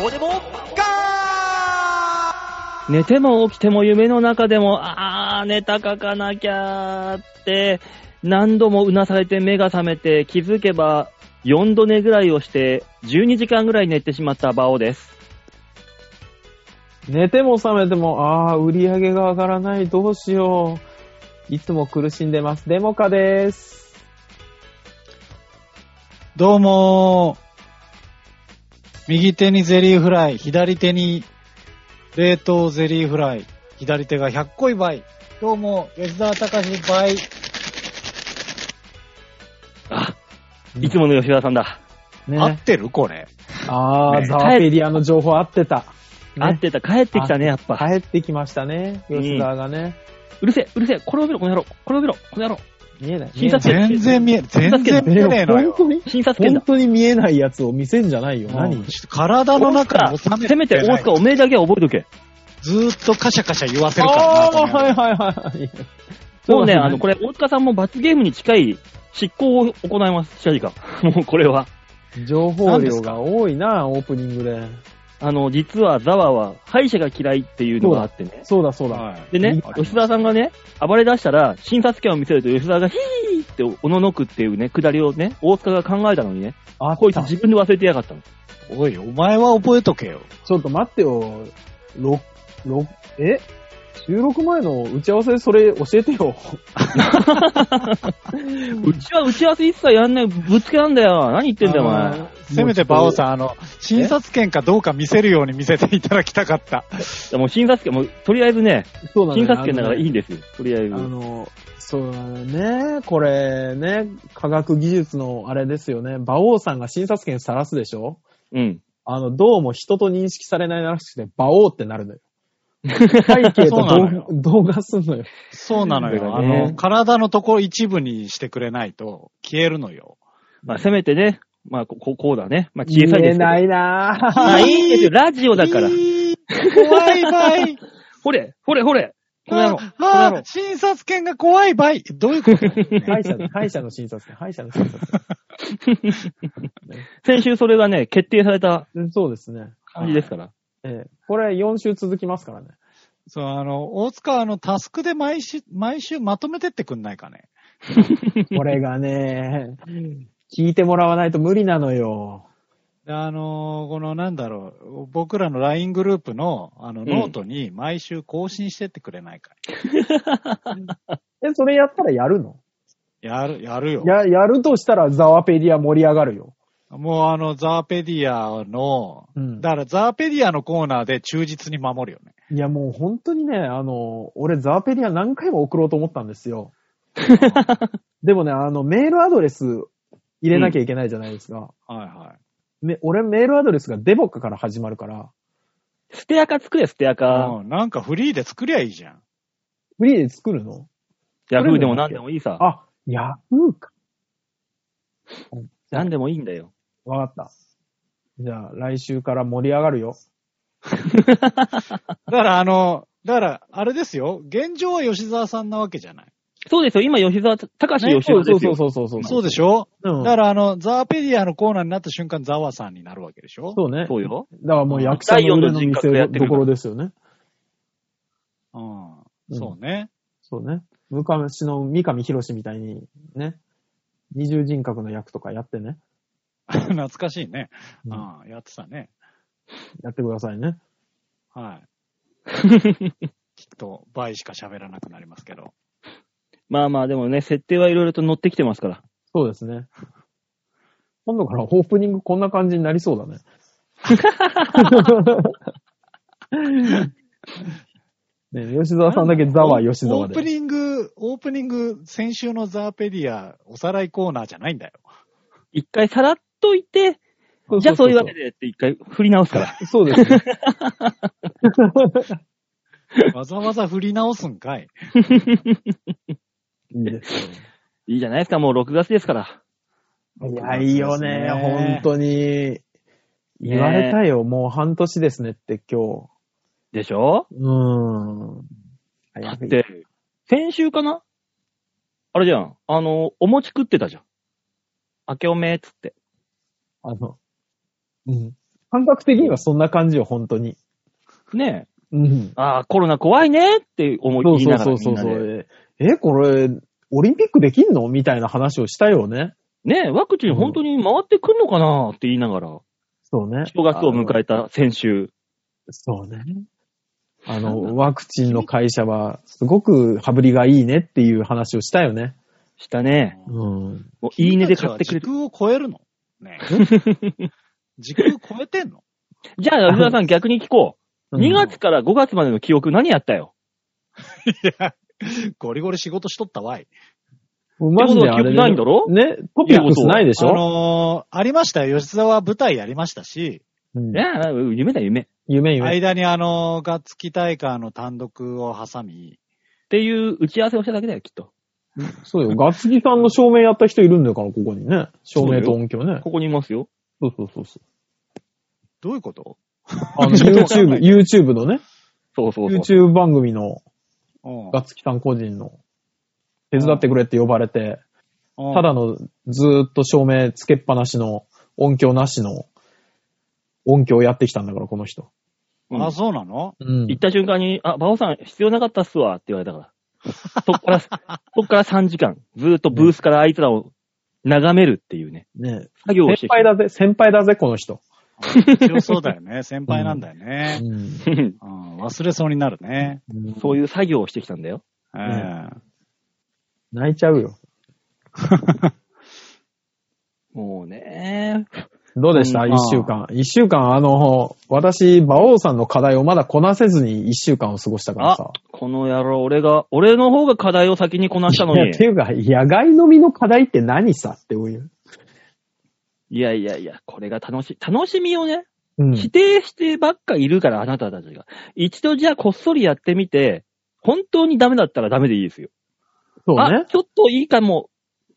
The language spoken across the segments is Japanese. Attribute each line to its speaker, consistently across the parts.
Speaker 1: どうでもガ
Speaker 2: 寝ても起きても夢の中でも、あー、ネタ書かなきゃーって、何度もうなされて目が覚めて気づけば4度寝ぐらいをして12時間ぐらい寝てしまったバオです。
Speaker 3: 寝ても覚めても、ああ、売り上げが上がらない、どうしよう。いつも苦しんでます。デモカです。
Speaker 4: どうもー。右手にゼリーフライ、左手に冷凍ゼリーフライ、左手が100個い倍。どうも、吉沢隆倍。
Speaker 2: あ、いつもの吉田さんだ。
Speaker 4: 合っ
Speaker 3: ね。
Speaker 4: てるこれ。
Speaker 3: ああ、
Speaker 4: ね
Speaker 3: ザワペディアの情報合ってた。
Speaker 2: 合っ
Speaker 3: ね、
Speaker 2: てた。帰ってきたね、やっぱ。
Speaker 3: 帰ってきましたね。
Speaker 2: うん
Speaker 3: 吉沢がね。
Speaker 2: うるせえ、うるせえ、これを見ろ、この野郎。これを見ろ、この野郎。
Speaker 3: 見えない。
Speaker 2: 診察
Speaker 4: 全然見え、全然見
Speaker 3: 見え
Speaker 4: え
Speaker 3: な
Speaker 4: ね
Speaker 3: い
Speaker 4: えの
Speaker 3: 本
Speaker 4: よ。
Speaker 3: 当に
Speaker 2: 診察権
Speaker 3: 本
Speaker 2: だ。
Speaker 3: 当に見えないやつを見せんじゃないよ。
Speaker 4: うん
Speaker 3: 何
Speaker 4: ちょっと体の中に収め
Speaker 2: せめて大
Speaker 4: ない
Speaker 2: 塚おめえだけは覚えとけ。
Speaker 4: ずーっとカシャカシャ言わせるからな
Speaker 3: あ
Speaker 4: と
Speaker 3: あ
Speaker 4: 思う
Speaker 3: ー、はいはいはい。
Speaker 2: もうね、あの、これ、大塚さんも罰ゲームに近い執行を行います、シャリが。 もうこれは。
Speaker 3: れ、情報量が多いな、オープニングで。
Speaker 2: あの、実はザワは歯医者が嫌いっていうのがあってね。
Speaker 3: そうだそうだ。
Speaker 4: はい
Speaker 2: でね、
Speaker 4: はい
Speaker 2: 吉沢さんがね、暴れ出したら、診察券を見せると吉沢がヒーっておののくっていうね、くだりをね、大塚が考えたのにね、
Speaker 3: あ
Speaker 2: こ
Speaker 3: っ
Speaker 2: いつ
Speaker 3: た。
Speaker 2: 自分で忘れてやがったの。
Speaker 4: おい、お前は覚えとけよ。
Speaker 3: ちょっと待ってよ。ろ、ろ、え収録前の打ち合わせでそれ教えてよ。
Speaker 2: うちは打ち合わせ一切やんない、ぶっつけなんだよ。何言ってんだよ、お前。
Speaker 4: せめて馬王さん、あの、診察券かどうか見せるように見せていただきたかった。
Speaker 2: いやもう診察券、もうとりあえずね、
Speaker 3: ん。そうだね
Speaker 2: 診察券だからいい
Speaker 3: あ
Speaker 2: んですよ。とりあえず。
Speaker 3: のねあの、そうだね。これね、科学技術のあれですよね。馬王さんが診察券さらすでしょ
Speaker 2: うん。
Speaker 3: あの、どうも人と認識されないらしくて、馬王ってなるのよ。背景と
Speaker 4: そうなのよ
Speaker 3: 動画すんのよ。
Speaker 4: そうなの
Speaker 2: だ
Speaker 4: よ。
Speaker 2: か
Speaker 4: あ
Speaker 2: らね
Speaker 4: の、体のとこ一部にしてくれないと消えるのよ。
Speaker 2: まあ、せめてね、まあ、こここうだね。まあ、小さいですけど。
Speaker 3: 見えないなぁ。
Speaker 2: まあ、いいんですよ。ラジオだから。
Speaker 4: いい怖いば い。
Speaker 2: ほれ、ほれ、ほれ。この野郎。
Speaker 4: ああー、診察券が怖いばい。どうい うことだよね
Speaker 3: 歯医者、歯医者の診察券、歯医者の診察
Speaker 2: 先週それがね、決定された
Speaker 3: 券。そうですね。
Speaker 2: 感じですから。
Speaker 3: ええこれ4週続きますから ね。
Speaker 4: そう、あの、大塚、あの、タスクで毎週、毎週まとめてってくんないかね。
Speaker 3: これがね、聞いてもらわないと無理なのよ。
Speaker 4: であの、この、なんだろう、僕らの LINE グループの、あの、
Speaker 2: ん
Speaker 4: ノートに毎週更新してってくれないかね。
Speaker 3: え、それやったらやるの
Speaker 4: やる、やるよ。
Speaker 3: や、やるとしたらザワペディア盛り上がるよ。
Speaker 4: もう、あの、ザーペディアの、
Speaker 3: うん
Speaker 4: だから、ザーペディアのコーナーで忠実に守るよね。
Speaker 3: いや、もう本当にね、あの、俺ザワペディア何回も送ろうと思ったんです よ。でもね、あの、メールアドレス入れなきゃいけないじゃないですか。
Speaker 4: はいはい。
Speaker 3: め俺メールアドレスがデボッカから始まるから、
Speaker 2: ステアカ作れ、ステアカ。
Speaker 4: うん、なんかフリーで作りゃいいじゃん。
Speaker 3: フリーで作るの
Speaker 2: ヤフーでも何でもいいさ。
Speaker 3: あ、ヤフーか。
Speaker 2: 何でもいいんだよ。
Speaker 3: わかった。じゃあ、来週から盛り上がるよ。
Speaker 4: だから、あの、だから、あれですよ。現状は吉沢さんなわけじゃない。
Speaker 2: そうですよ、今、吉沢、高橋吉
Speaker 3: そ
Speaker 2: 沢
Speaker 3: う
Speaker 2: ですよ。
Speaker 3: そうそうそうそう。
Speaker 4: そうでしょ
Speaker 3: うん
Speaker 4: だから、あの、ザーペディアのコーナーになった瞬間、ザワさんになるわけでしょ
Speaker 3: そうね。
Speaker 2: そうよ。
Speaker 3: だからもう役者の腕の見せどころですよね。
Speaker 4: う。
Speaker 3: うん
Speaker 4: ん。そうね。
Speaker 3: そうね。昔の三上博史みたいに、ね。二重人格の役とかやってね。
Speaker 4: 懐かしいね。
Speaker 3: う
Speaker 4: うんん。やってたね。
Speaker 3: やってくださいね。
Speaker 4: はい。きっと、倍しか喋らなくなりますけど。
Speaker 2: まあまあ、でもね、設定はいろいろと乗ってきてますから。
Speaker 3: そうですね。今度からオープニングこんな感じになりそうだね。ね吉沢さんだけザワ吉
Speaker 4: オ
Speaker 3: 沢
Speaker 4: ープ
Speaker 3: で。
Speaker 4: ニング、オープニング、先週のザーペディア、おさらいコーナーじゃないんだよ。
Speaker 2: 一回さらっといて、じゃあそういうわけでって一回振り直すから。
Speaker 3: そうですね。
Speaker 4: わざわざ振り直すんかい。
Speaker 3: いいですよ。
Speaker 2: いいじゃないですか、もう6月ですから。
Speaker 3: いや、いいよね、本当に。言われたよ、もう半年ですねって今
Speaker 2: でしょ
Speaker 3: 日。うーん。
Speaker 2: だ
Speaker 3: 早
Speaker 2: っ
Speaker 3: く
Speaker 2: て、先週かなあれじゃん、あの、お餅食ってたじゃん。明けおめっつって。
Speaker 3: あの、うん。感覚的にはそんな感じよ、本当に。
Speaker 2: ねえ。
Speaker 3: うん。
Speaker 2: ああ、コロナ怖いねって思い
Speaker 3: そう
Speaker 2: 言い
Speaker 3: そう
Speaker 2: ながら
Speaker 3: そ
Speaker 2: み
Speaker 3: うん
Speaker 2: なで。
Speaker 3: そうそう。え、これ、オリンピックできんのみたいな話をしたよね。
Speaker 2: ねえ、ワクチン本当に回ってくんのかなって言いながら、
Speaker 3: そうね。
Speaker 2: 正月を迎えた先週。
Speaker 3: そうね。あの、ワクチンの会社は、すごく羽振りがいいねっていう話をしたよね。
Speaker 2: したね。
Speaker 3: うん。
Speaker 2: もういいねで買ってくれ
Speaker 4: 君た
Speaker 2: る。
Speaker 4: ちは時空を超えるのねえ時空超えてんの
Speaker 2: じ ゃあ、吉田さん逆に聞こう。2
Speaker 3: 月
Speaker 2: 月から5月までの記憶何やったよ
Speaker 4: いや、ゴリゴリ仕事しとったわい。
Speaker 3: マジであ
Speaker 2: ってことは記憶
Speaker 3: れね
Speaker 2: ないんだろ
Speaker 3: ね、トピックスないでし
Speaker 4: あ
Speaker 3: ょ、
Speaker 4: のー、ありましたよ。吉沢は舞台やりましたし、
Speaker 3: うん
Speaker 2: いや、夢だ夢。っ
Speaker 3: 夢夢。
Speaker 4: 間にあのー、ガッツキ大会の単独を挟み、
Speaker 2: ていう打ち合わせをしただけだよ、きっと。
Speaker 3: そうよ。ガツギさんの照明やった人いるんだから、ここにね。照明と音響ね。
Speaker 2: ここにいますよ。
Speaker 3: そうそうそうそう。
Speaker 4: どういうこと
Speaker 3: あの、YouTube、YouTube のね、
Speaker 2: そうそうそう。
Speaker 3: YouTube 番組の
Speaker 4: うん
Speaker 3: ガツキさん個人の手伝ってくれって呼ばれて、ただのずーっと照明つけっぱなしの音響なしの音響をやってきたんだから、この人。
Speaker 2: うん
Speaker 4: あ、そうなの
Speaker 3: うん
Speaker 2: 行った瞬間に、あ、バオさん必要なかったっすわって言われたから。そっ から、そっから3時間、ずーっとブースからあいつらを眺めるっていうね、
Speaker 3: ね
Speaker 2: 作業をして
Speaker 3: 先輩だぜ、先輩だぜ、この人。
Speaker 4: 強そうだよね。先輩なんだよね。
Speaker 2: だ。
Speaker 4: うん忘れそうになるね。
Speaker 2: そういう作業をしてきたんだよ。
Speaker 4: え
Speaker 3: ん
Speaker 4: え
Speaker 3: 泣いちゃうよ。
Speaker 2: もうね。
Speaker 3: どうでした
Speaker 4: うん
Speaker 3: 一週間。一週間、あの、私、馬王さんの課題をまだこなせずに一週間を過ごしたからさ
Speaker 2: あ。、この野郎、俺が、俺の方が課題を先にこなしたの
Speaker 3: いや
Speaker 2: に
Speaker 3: っ。ていうか、野外飲みの課題って何さっていう。
Speaker 2: いやいやいや、これが楽しい。楽しみをね、
Speaker 3: うん。
Speaker 2: 否定してばっかいるから、あなたたちが。一度じゃあこっそりやってみて、本当にダメだったらダメでいいですよ。
Speaker 3: そう
Speaker 2: あ
Speaker 3: ね、。
Speaker 2: ちょっといいかも、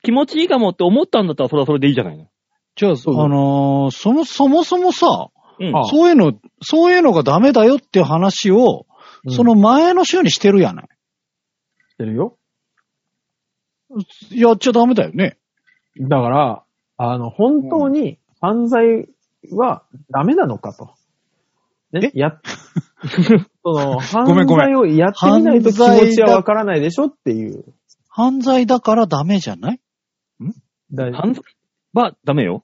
Speaker 2: 気持ちいいかもって思ったんだったら、それはそれでいいじゃないの。
Speaker 4: じゃあ、あ
Speaker 3: そう
Speaker 4: のーその、そもそもさ、
Speaker 2: うん。
Speaker 3: あ
Speaker 4: そういうの、そういうのがダメだよっていう話を、
Speaker 3: うん
Speaker 4: その前の週にしてるやない。
Speaker 3: 知ってるよ。
Speaker 4: やっちゃダメだよね。
Speaker 3: だから、あの、本当に犯罪はダメなのかと。ね、 や、その、
Speaker 4: ご
Speaker 3: 犯
Speaker 4: めんごめん
Speaker 3: 罪をやってみないと気持ちはわからないでしょっていう。
Speaker 4: 犯罪だからダメじゃない
Speaker 3: だ
Speaker 2: 犯罪はダメよ。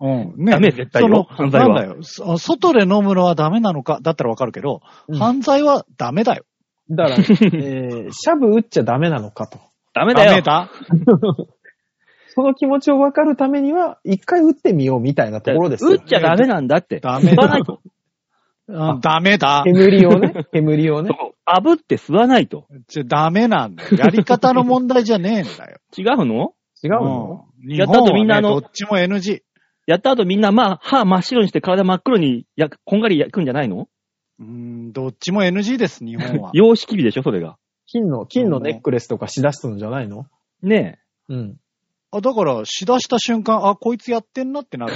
Speaker 4: うん。ね
Speaker 2: ダメ、絶対
Speaker 4: その
Speaker 2: よ。犯罪
Speaker 4: な
Speaker 2: は。
Speaker 4: んだよ。そ外で飲むのはダメなのか、だったらわかるけど、
Speaker 3: うん
Speaker 4: 犯罪はダメだよ。
Speaker 3: だ から、えー、シャブ打っちゃダメなのかと。
Speaker 2: ダメ
Speaker 4: ダ
Speaker 2: だよ。
Speaker 4: メだ。
Speaker 3: その気持ちをわかるためには、一回打ってみようみたいなところです
Speaker 2: 打
Speaker 3: よ
Speaker 2: っ。ちゃダメなんだって。
Speaker 4: ダメ
Speaker 2: 吸わな
Speaker 4: だ
Speaker 2: い。と。
Speaker 4: うんダメだ。
Speaker 3: 煙を ね、煙をね。
Speaker 2: 炙って吸わないと。
Speaker 4: じゃダメなんだよ。やり方の問題じゃねえんだよ。
Speaker 2: 違うの
Speaker 3: 違うの、
Speaker 4: うん日
Speaker 2: やった
Speaker 4: 本
Speaker 2: 後
Speaker 4: は
Speaker 2: みんなあ
Speaker 4: ね、
Speaker 2: の
Speaker 4: どっちも NG。
Speaker 2: やった後みんな、まあ、歯真っ白にして体真っ黒にやく、こんがり焼くんじゃないの。
Speaker 4: うん、どっちも NG です、日本は
Speaker 2: 様式美でしょ、それが。
Speaker 3: 金の、金のネックレスとかしだすんじゃないの
Speaker 2: ね
Speaker 3: うん。
Speaker 4: あだから、しだした瞬間、あ、こいつやってんなってなる。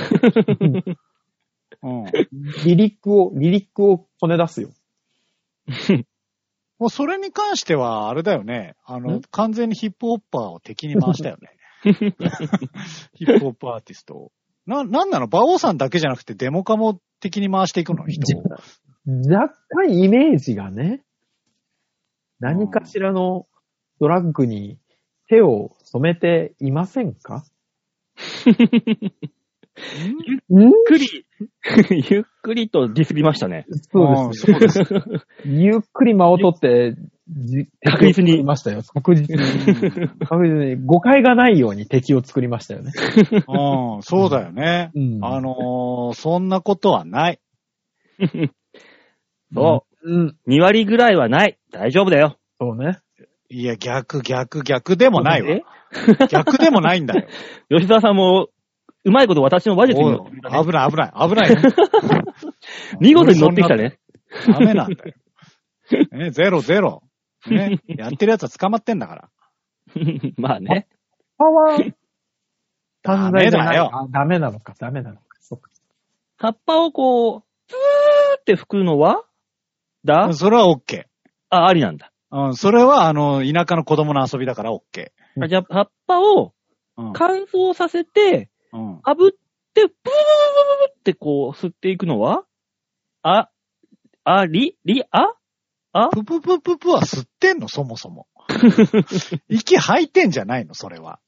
Speaker 4: うん。
Speaker 3: リリックを、リリックをこね出すよ。
Speaker 4: もうそれに関しては、あれだよね。あの
Speaker 3: ん、
Speaker 4: 完全にヒップホッパーを敵に回したよね。 ヒップホップアーティストを。な、なんなの馬王さんだけじゃなくて、デモカも敵に回していくの人を。
Speaker 3: 若干イメージがね、何かしらのドラッグに手を染めていませんかん
Speaker 2: ゆっくり、 ゆっくりとディスりました ね。
Speaker 3: そうです、
Speaker 4: ね。そうです。
Speaker 3: ね。ゆっくり間を取って、じ
Speaker 2: 確実に
Speaker 3: 敵を作りましたよ。確実に。
Speaker 4: うん
Speaker 3: 確実に。誤解がないように敵を作りましたよね。
Speaker 4: うん、そうだよね。
Speaker 3: うん
Speaker 4: あのーそんなことはない。
Speaker 2: そ
Speaker 3: うん。
Speaker 2: う。2割ぐらいはない。大丈夫だよ。
Speaker 3: そうね。
Speaker 4: いや、逆、逆、逆でもないわ
Speaker 2: え。
Speaker 4: 逆でもないんだ よ。
Speaker 2: 吉沢さんも、うまいこと私の話術に乗
Speaker 4: お
Speaker 2: っ
Speaker 4: い
Speaker 2: てきたね
Speaker 4: 危ない、危ない、危ないよ。
Speaker 2: 見事に乗ってきたね。
Speaker 4: ダメなんだよ。 ね、ゼロ、ゼロ。ね、やってる奴は捕まってんだから。
Speaker 2: まあね。
Speaker 3: パワ ー。
Speaker 4: ダメだよ
Speaker 3: あ。ダメなのか、ダメなのか。そっか。
Speaker 2: 葉っぱをこう、ツーって吹くのはだ
Speaker 4: それは OK。
Speaker 2: あ、ありなんだ。
Speaker 4: うん、それは、あの、田舎の子供の遊びだから OK。
Speaker 2: あじゃあ、葉っぱを
Speaker 4: うん。
Speaker 2: 乾燥させて、
Speaker 4: うん。
Speaker 2: 炙っで、ブーブーブーブーブーってこう、吸っていくのはあ、あ、り、り、ああ
Speaker 4: プププププは吸ってんのそも そも。息吐いてんじゃないのそれは。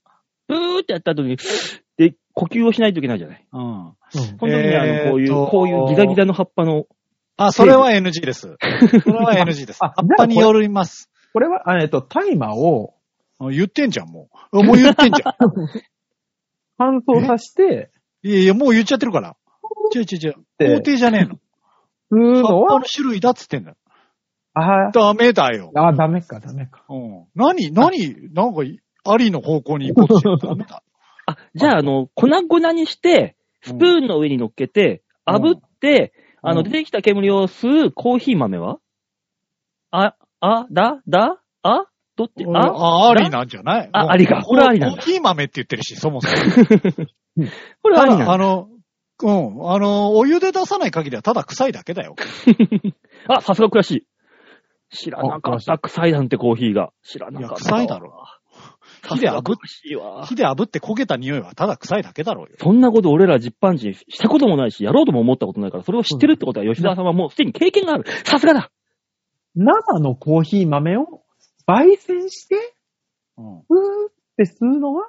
Speaker 2: ブーってやった後に、で、呼吸をしないといけないじゃない。
Speaker 4: うん。
Speaker 3: うん
Speaker 2: この時にあ
Speaker 4: えー
Speaker 2: の、
Speaker 4: と
Speaker 2: こういう、こういうギザギザの葉っぱの、
Speaker 4: あ、それは NG です。それは NG です。葉
Speaker 3: あ
Speaker 4: っぱによります。
Speaker 3: これは、あえっと、タイマーを
Speaker 4: あ言ってんじゃん、もう。あもう言ってん じゃん。
Speaker 3: 乾燥させて、
Speaker 4: いやいや、もう言っちゃってるから。違う違う違う。
Speaker 3: で
Speaker 4: 工程じゃねえの。
Speaker 3: 吸うの
Speaker 4: 葉っぱ
Speaker 3: は
Speaker 4: の、種類だっつってんだよ。
Speaker 3: あー
Speaker 4: ダメだよ。
Speaker 3: あー、ダメか、ダメか。
Speaker 4: うん。何何なんか、ありの方向に行こうとしてる。ダメだ。
Speaker 2: あ、じゃああの、粉々にして、スプーンの上に乗っけて、
Speaker 4: うん
Speaker 2: 炙って、
Speaker 4: うん
Speaker 2: あの、出てきた煙を吸うコーヒー豆はあ、あ、だ、だ、あどっち
Speaker 4: うん
Speaker 2: あ
Speaker 4: あ、ありなんじゃない
Speaker 2: あ
Speaker 4: うん
Speaker 2: ありか
Speaker 4: コー
Speaker 2: これはありなんだ
Speaker 4: コーヒー豆って言ってるし、そもそも。
Speaker 2: こ れはありな
Speaker 4: ただあ
Speaker 2: の
Speaker 4: の、うん。あの、お湯で出さない限りはただ臭いだけだよ。
Speaker 2: あ、さすが詳しい。知らなか
Speaker 3: あ詳
Speaker 2: っ。
Speaker 3: した
Speaker 2: 臭いなんてコーヒーが。知ら
Speaker 4: い
Speaker 2: な
Speaker 4: や、
Speaker 2: かった。
Speaker 4: 臭いだろ。
Speaker 2: さ
Speaker 4: 火
Speaker 2: す
Speaker 4: で
Speaker 2: が詳
Speaker 4: 炙っ
Speaker 2: しいわ。
Speaker 4: 火で炙って焦げた匂いはただ臭いだけだろうよ。
Speaker 2: そんなこと俺ら実般人したこともないし、やろうとも思ったことないから、それを知ってるってことは吉沢さんはもうすでに経験がある。さすがだ
Speaker 3: 生のコーヒー豆を焙煎して、
Speaker 4: う
Speaker 3: ふーって吸うのは、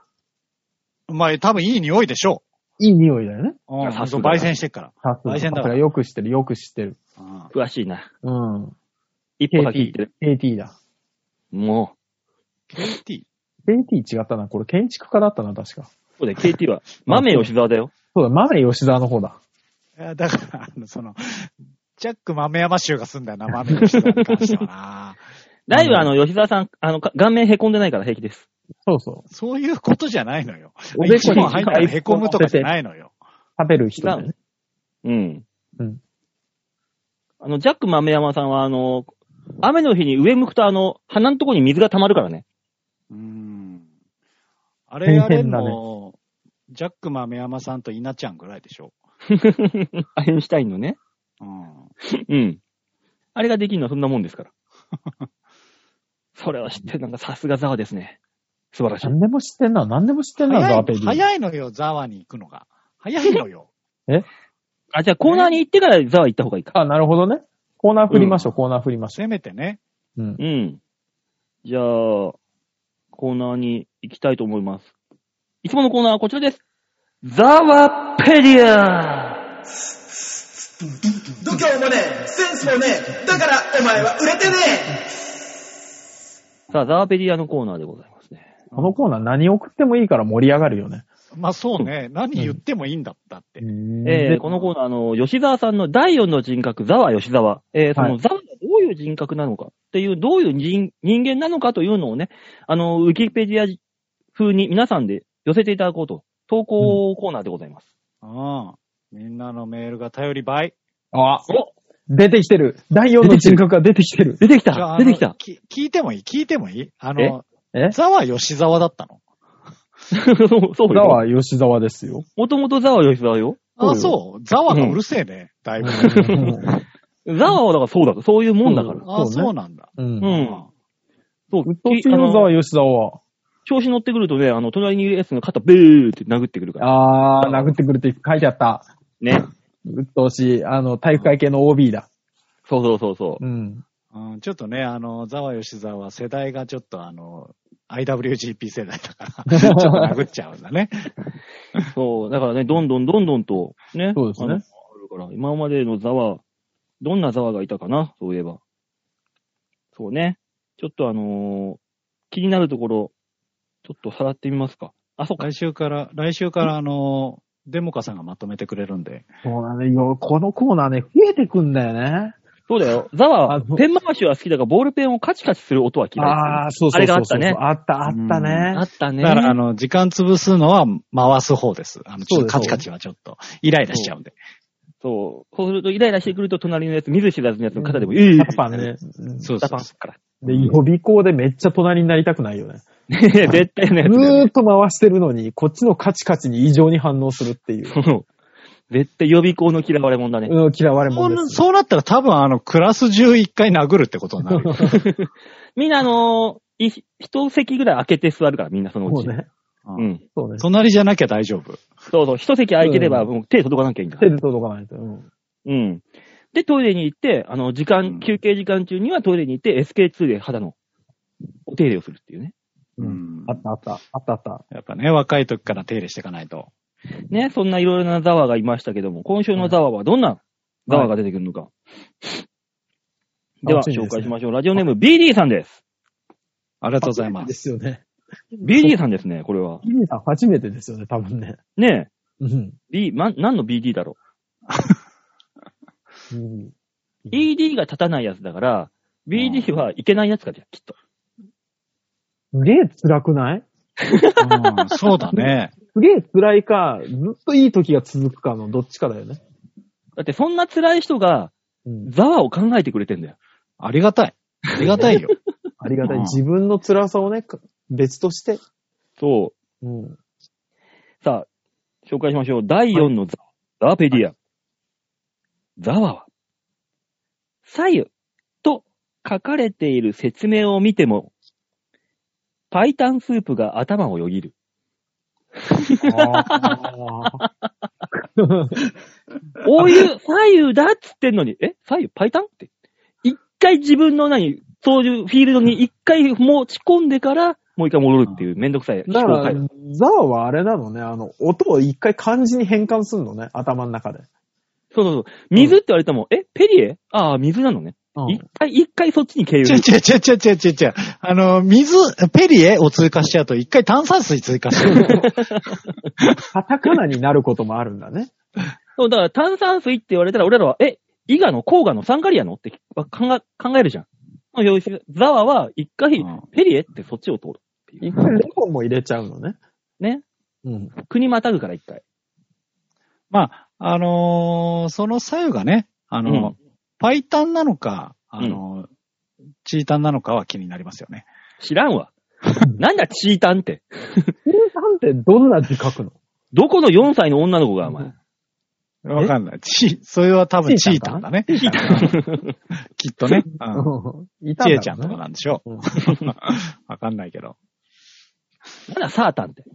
Speaker 4: ん。まあ、多分いい匂いでしょ
Speaker 3: いい匂いだよね。
Speaker 4: う。うん。
Speaker 2: さすがだ
Speaker 4: 焙煎してっから。
Speaker 3: さすが。
Speaker 4: 焙煎だ
Speaker 3: さすがよく知ってる、よく知ってる。
Speaker 4: うん。
Speaker 2: 詳しいな。
Speaker 3: うん。
Speaker 2: 一歩先行ってる。
Speaker 3: KT だ。
Speaker 2: も
Speaker 4: KT?
Speaker 3: KT 違ったな。これ建築家だったな、確か。
Speaker 2: う。そうだよ、KT は。豆吉沢だよ。
Speaker 3: そうだ、マメ吉沢の方だ。
Speaker 4: いやだから、あの、その、ジャック豆山州が住んだよな、豆山州に関してはな。
Speaker 2: ライブはあの、吉沢さん、あの、か顔面凹んでないから平気です。
Speaker 3: そうそ
Speaker 4: そういうことじゃないのよ。
Speaker 3: う。
Speaker 4: 一問入
Speaker 3: 入
Speaker 4: ったら凹むとかじゃないのよ。
Speaker 3: 食べる人だよね。
Speaker 2: うん。
Speaker 3: うん。
Speaker 2: あの、ジャック豆山さんはあの、雨の日に上向くとあの、鼻のとこに水が溜まるからね。
Speaker 4: うーん。あれやれん
Speaker 3: 大
Speaker 4: の、ジャック豆山さんと稲ちゃんぐらいでしょ。
Speaker 2: アインシュタインのね。
Speaker 4: うん。
Speaker 2: うん。あれができるのはそんなもんですから。 それを知ってるのがさすが沢ですね。素晴らしい。
Speaker 3: 何でも知ってんな。何でも知ってんな、
Speaker 4: 早
Speaker 3: ザ
Speaker 4: い
Speaker 3: ーペディ。
Speaker 4: 早いのよ、ザワに行くのが。早い のよ。
Speaker 2: あ、じゃあコーナーに行ってから沢行った方がいいか。
Speaker 3: あ、なるほどね。コーナー振りましょう、コーナー振りましょ
Speaker 4: せめてね。
Speaker 3: う。うん。
Speaker 2: うん。じゃあ、コーナーに行きたいと思います。いつものコーナーはこちらです。ザワペディア
Speaker 1: 度胸もねえ、センスもねえ、だからお前は売れてねえ
Speaker 2: さあ、ザワペディアのコーナーでございますね。
Speaker 3: このコーナー何送ってもいいから盛り上がるよね。
Speaker 4: まあそうね。何言ってもいいんだったって。
Speaker 2: え
Speaker 3: え
Speaker 2: ーこのコーナー、あの、吉沢さんの第4の人格、ザワ吉沢。えーそ
Speaker 3: は
Speaker 2: の
Speaker 3: い
Speaker 2: ザワがどういう人格なのかっていう、どういう人人間なのかというのをね、あの、ウィキペディア風に皆さんで寄せていただこうと、投稿コーナーでございます。
Speaker 4: うん。みんなのメールが頼り倍。
Speaker 3: あ、
Speaker 2: お
Speaker 3: 出てきてる。第4の人格が出てきてる。
Speaker 2: 出てき
Speaker 4: じゃあ
Speaker 2: た
Speaker 4: あ
Speaker 2: 出
Speaker 4: の
Speaker 2: てきた
Speaker 4: き聞いてもいい聞いてもいいあの、
Speaker 3: え
Speaker 4: ザワ吉沢だったの
Speaker 2: そう そう
Speaker 3: ザ
Speaker 2: よ。
Speaker 3: ワ吉沢ですよ。
Speaker 2: もともとザワ吉沢よ。
Speaker 4: あ、
Speaker 3: そうよ
Speaker 4: そう。ザワがうるせえね。だいぶ。
Speaker 2: ザワはだからそうだから、そういうもんだから。
Speaker 4: あ、
Speaker 3: そうね
Speaker 4: そうなんだ。
Speaker 3: うん。
Speaker 2: う
Speaker 3: うん。
Speaker 2: ん。そう、
Speaker 3: どっち
Speaker 2: あ
Speaker 3: のザワ
Speaker 2: の、
Speaker 3: 吉沢は。
Speaker 2: 調子乗ってくるとね、あの、隣にいるやつの肩ブーって殴ってくるから。
Speaker 3: あー、殴ってくるって書いてあった。
Speaker 2: ね。
Speaker 3: うっとうしい。あの、体育会系の OB だ。
Speaker 2: そうそうそうそう。
Speaker 3: うん。
Speaker 4: うん、ちょっとね、あの、ザワ吉沢は世代がちょっとあの、IWGP 世代 だから、ちょっと殴っちゃうんだね。
Speaker 2: そう、だからね、どんどんどんどんと、ね。
Speaker 3: そうですね
Speaker 2: あのあるから、今までのザワ、どんなザワがいたかな、そういえば。そうね。ちょっとあのー気になるところ、ちょっとさらってみますか。あ、そっか。
Speaker 4: 来週から、来週からあの、デモカさんがまとめてくれるんで。
Speaker 3: そうだね。よこのコーナーね、増えてくんだよね。
Speaker 2: そうだよ。ザワ
Speaker 3: あ
Speaker 2: は
Speaker 3: そう、
Speaker 2: ペン回しは好きだが、ボールペンをカチカチする音は嫌い。あ
Speaker 3: あー、そうそうそうそう。
Speaker 2: あれがあったね
Speaker 3: あった、あったね。
Speaker 2: あったね。
Speaker 4: だから、あの、時間潰すのは回す方です。あの、ちょっと
Speaker 3: そ
Speaker 4: カ
Speaker 3: うで
Speaker 4: チ
Speaker 3: す
Speaker 4: カチはちょっと、イライラしちゃうんで。
Speaker 2: そう。そうすると、イライラしてくると、隣のやつ、見ず知らずのやつの肩でも、
Speaker 3: うん
Speaker 2: ええ
Speaker 3: やっぱね。うん
Speaker 4: そう
Speaker 2: ダ
Speaker 4: そ
Speaker 2: パ
Speaker 4: う
Speaker 2: ン
Speaker 4: そ
Speaker 2: から。
Speaker 3: で、予備校でめっちゃ隣になりたくないよね。
Speaker 2: ね絶対のや
Speaker 3: ず
Speaker 2: つだよね
Speaker 3: ーっと回してるのに、こっちのカチカチに異常に反応するっていう。
Speaker 2: そう 絶対予備校の嫌われ者だね。
Speaker 3: うん、嫌われ
Speaker 4: う。そ
Speaker 3: 者で
Speaker 4: う
Speaker 3: す。
Speaker 4: そうなったら多分あの、クラス中一回殴るってことにな るよ。
Speaker 2: みんなあのーい一席ぐらい空けて座るから、みんなそのう
Speaker 3: もう
Speaker 2: ち。
Speaker 3: ね。
Speaker 2: う
Speaker 4: うん
Speaker 2: ん。
Speaker 3: そうね。
Speaker 4: 隣じゃなきゃ大丈夫。
Speaker 2: そうそう。一席空いてれば、
Speaker 3: うん
Speaker 2: もう手届かなきゃいいんだ。
Speaker 3: 手で届かないと。うん。
Speaker 2: うん。で、トイレに行って、あの、時間、
Speaker 4: うん
Speaker 2: 休憩時間中にはトイレに行って SK2 で肌のお手入れをするっていうね。
Speaker 3: うんあったあった。あったあった。
Speaker 4: やっぱね、若い時から手入れしていかないと。
Speaker 2: ね、そんないろいろなザワがいましたけども、今週のザワはどんなザワが出てくるのか。では、
Speaker 3: 楽しみ
Speaker 2: 紹
Speaker 3: ですね
Speaker 2: 介しましょう。ラジオネーム BD さんです。
Speaker 4: ありがとうございます
Speaker 3: で。すよね。
Speaker 2: BD さんですね、これは。
Speaker 3: イミさん初めてですよね、多分ね。
Speaker 2: ねえ、
Speaker 3: うん。
Speaker 2: B、ま、何の BD だろ
Speaker 3: うん
Speaker 2: う。ED が立たないやつだから、BD はいけないやつかじゃ、きっと。
Speaker 3: すげえ辛くない
Speaker 4: うんそうだね。
Speaker 3: すげえ辛いか、ずっといい時が続くかのどっちかだよね。
Speaker 2: だって、そんな辛い人が、
Speaker 3: うん。
Speaker 2: ザワを考えてくれてんだよ。
Speaker 4: ありがたい。ありがたいよ。
Speaker 3: ありがたい。
Speaker 4: うん
Speaker 3: 自分の辛さをね、か別として。
Speaker 2: そう。
Speaker 3: うん。
Speaker 2: さあ、紹介しましょう。第4のザ,、ザワペディア。ザワは、左右と書かれている説明を見ても、パイタンスープが頭をよ ぎる。
Speaker 3: あー
Speaker 2: お湯、左右だっつってんのに、え左右パイタンって。一回自分の何、そういうフィールドに一回持ち込んでから、もう一回戻るっていうめんどくさい思
Speaker 3: だか
Speaker 2: 考
Speaker 3: ら
Speaker 2: 回路。、
Speaker 3: ザワはあれなのね、あの、音を一回漢字に変換するのね、頭の中で。
Speaker 2: そうそうそう。水って言われても、えペリエああ、水なのね。
Speaker 3: うん
Speaker 2: 一回、一回そっちに経由
Speaker 4: ちゃちゃちゃちゃちゃちゃちゃ。あの、水、ペリエを通過しちゃうと、一回炭酸水追加しちゃ う。
Speaker 3: カタカナになることもあるんだ ね。
Speaker 2: そう、だから炭酸水って言われたら、俺らは、え、伊賀の黄河のサンガリアのって考え考えるじゃん。要するにザワは一回
Speaker 4: うん、
Speaker 2: ペリエってそっちを通るってい
Speaker 3: 一
Speaker 2: う。
Speaker 3: 回レモンも入れちゃうのね。
Speaker 2: ね。
Speaker 3: うん。
Speaker 2: 国またぐから一回。
Speaker 4: まあ、あのーその左右がね、あの、パイタンなのか、あのーチータンなのかは気になりますよね。
Speaker 2: 知らんわ。なんだ、チータンって。
Speaker 3: チータンってどんな字書くの
Speaker 2: どこの4歳の女の子が、お前。
Speaker 4: わかんない。チー、それは多分チータンだね。チータン。きっとね。うん
Speaker 3: うん。いたんだろう
Speaker 4: チエ
Speaker 3: ね
Speaker 4: ちゃんとかなんでしょ
Speaker 3: う。
Speaker 4: うん わかんないけど。
Speaker 2: なんだ、サータンって。
Speaker 3: サ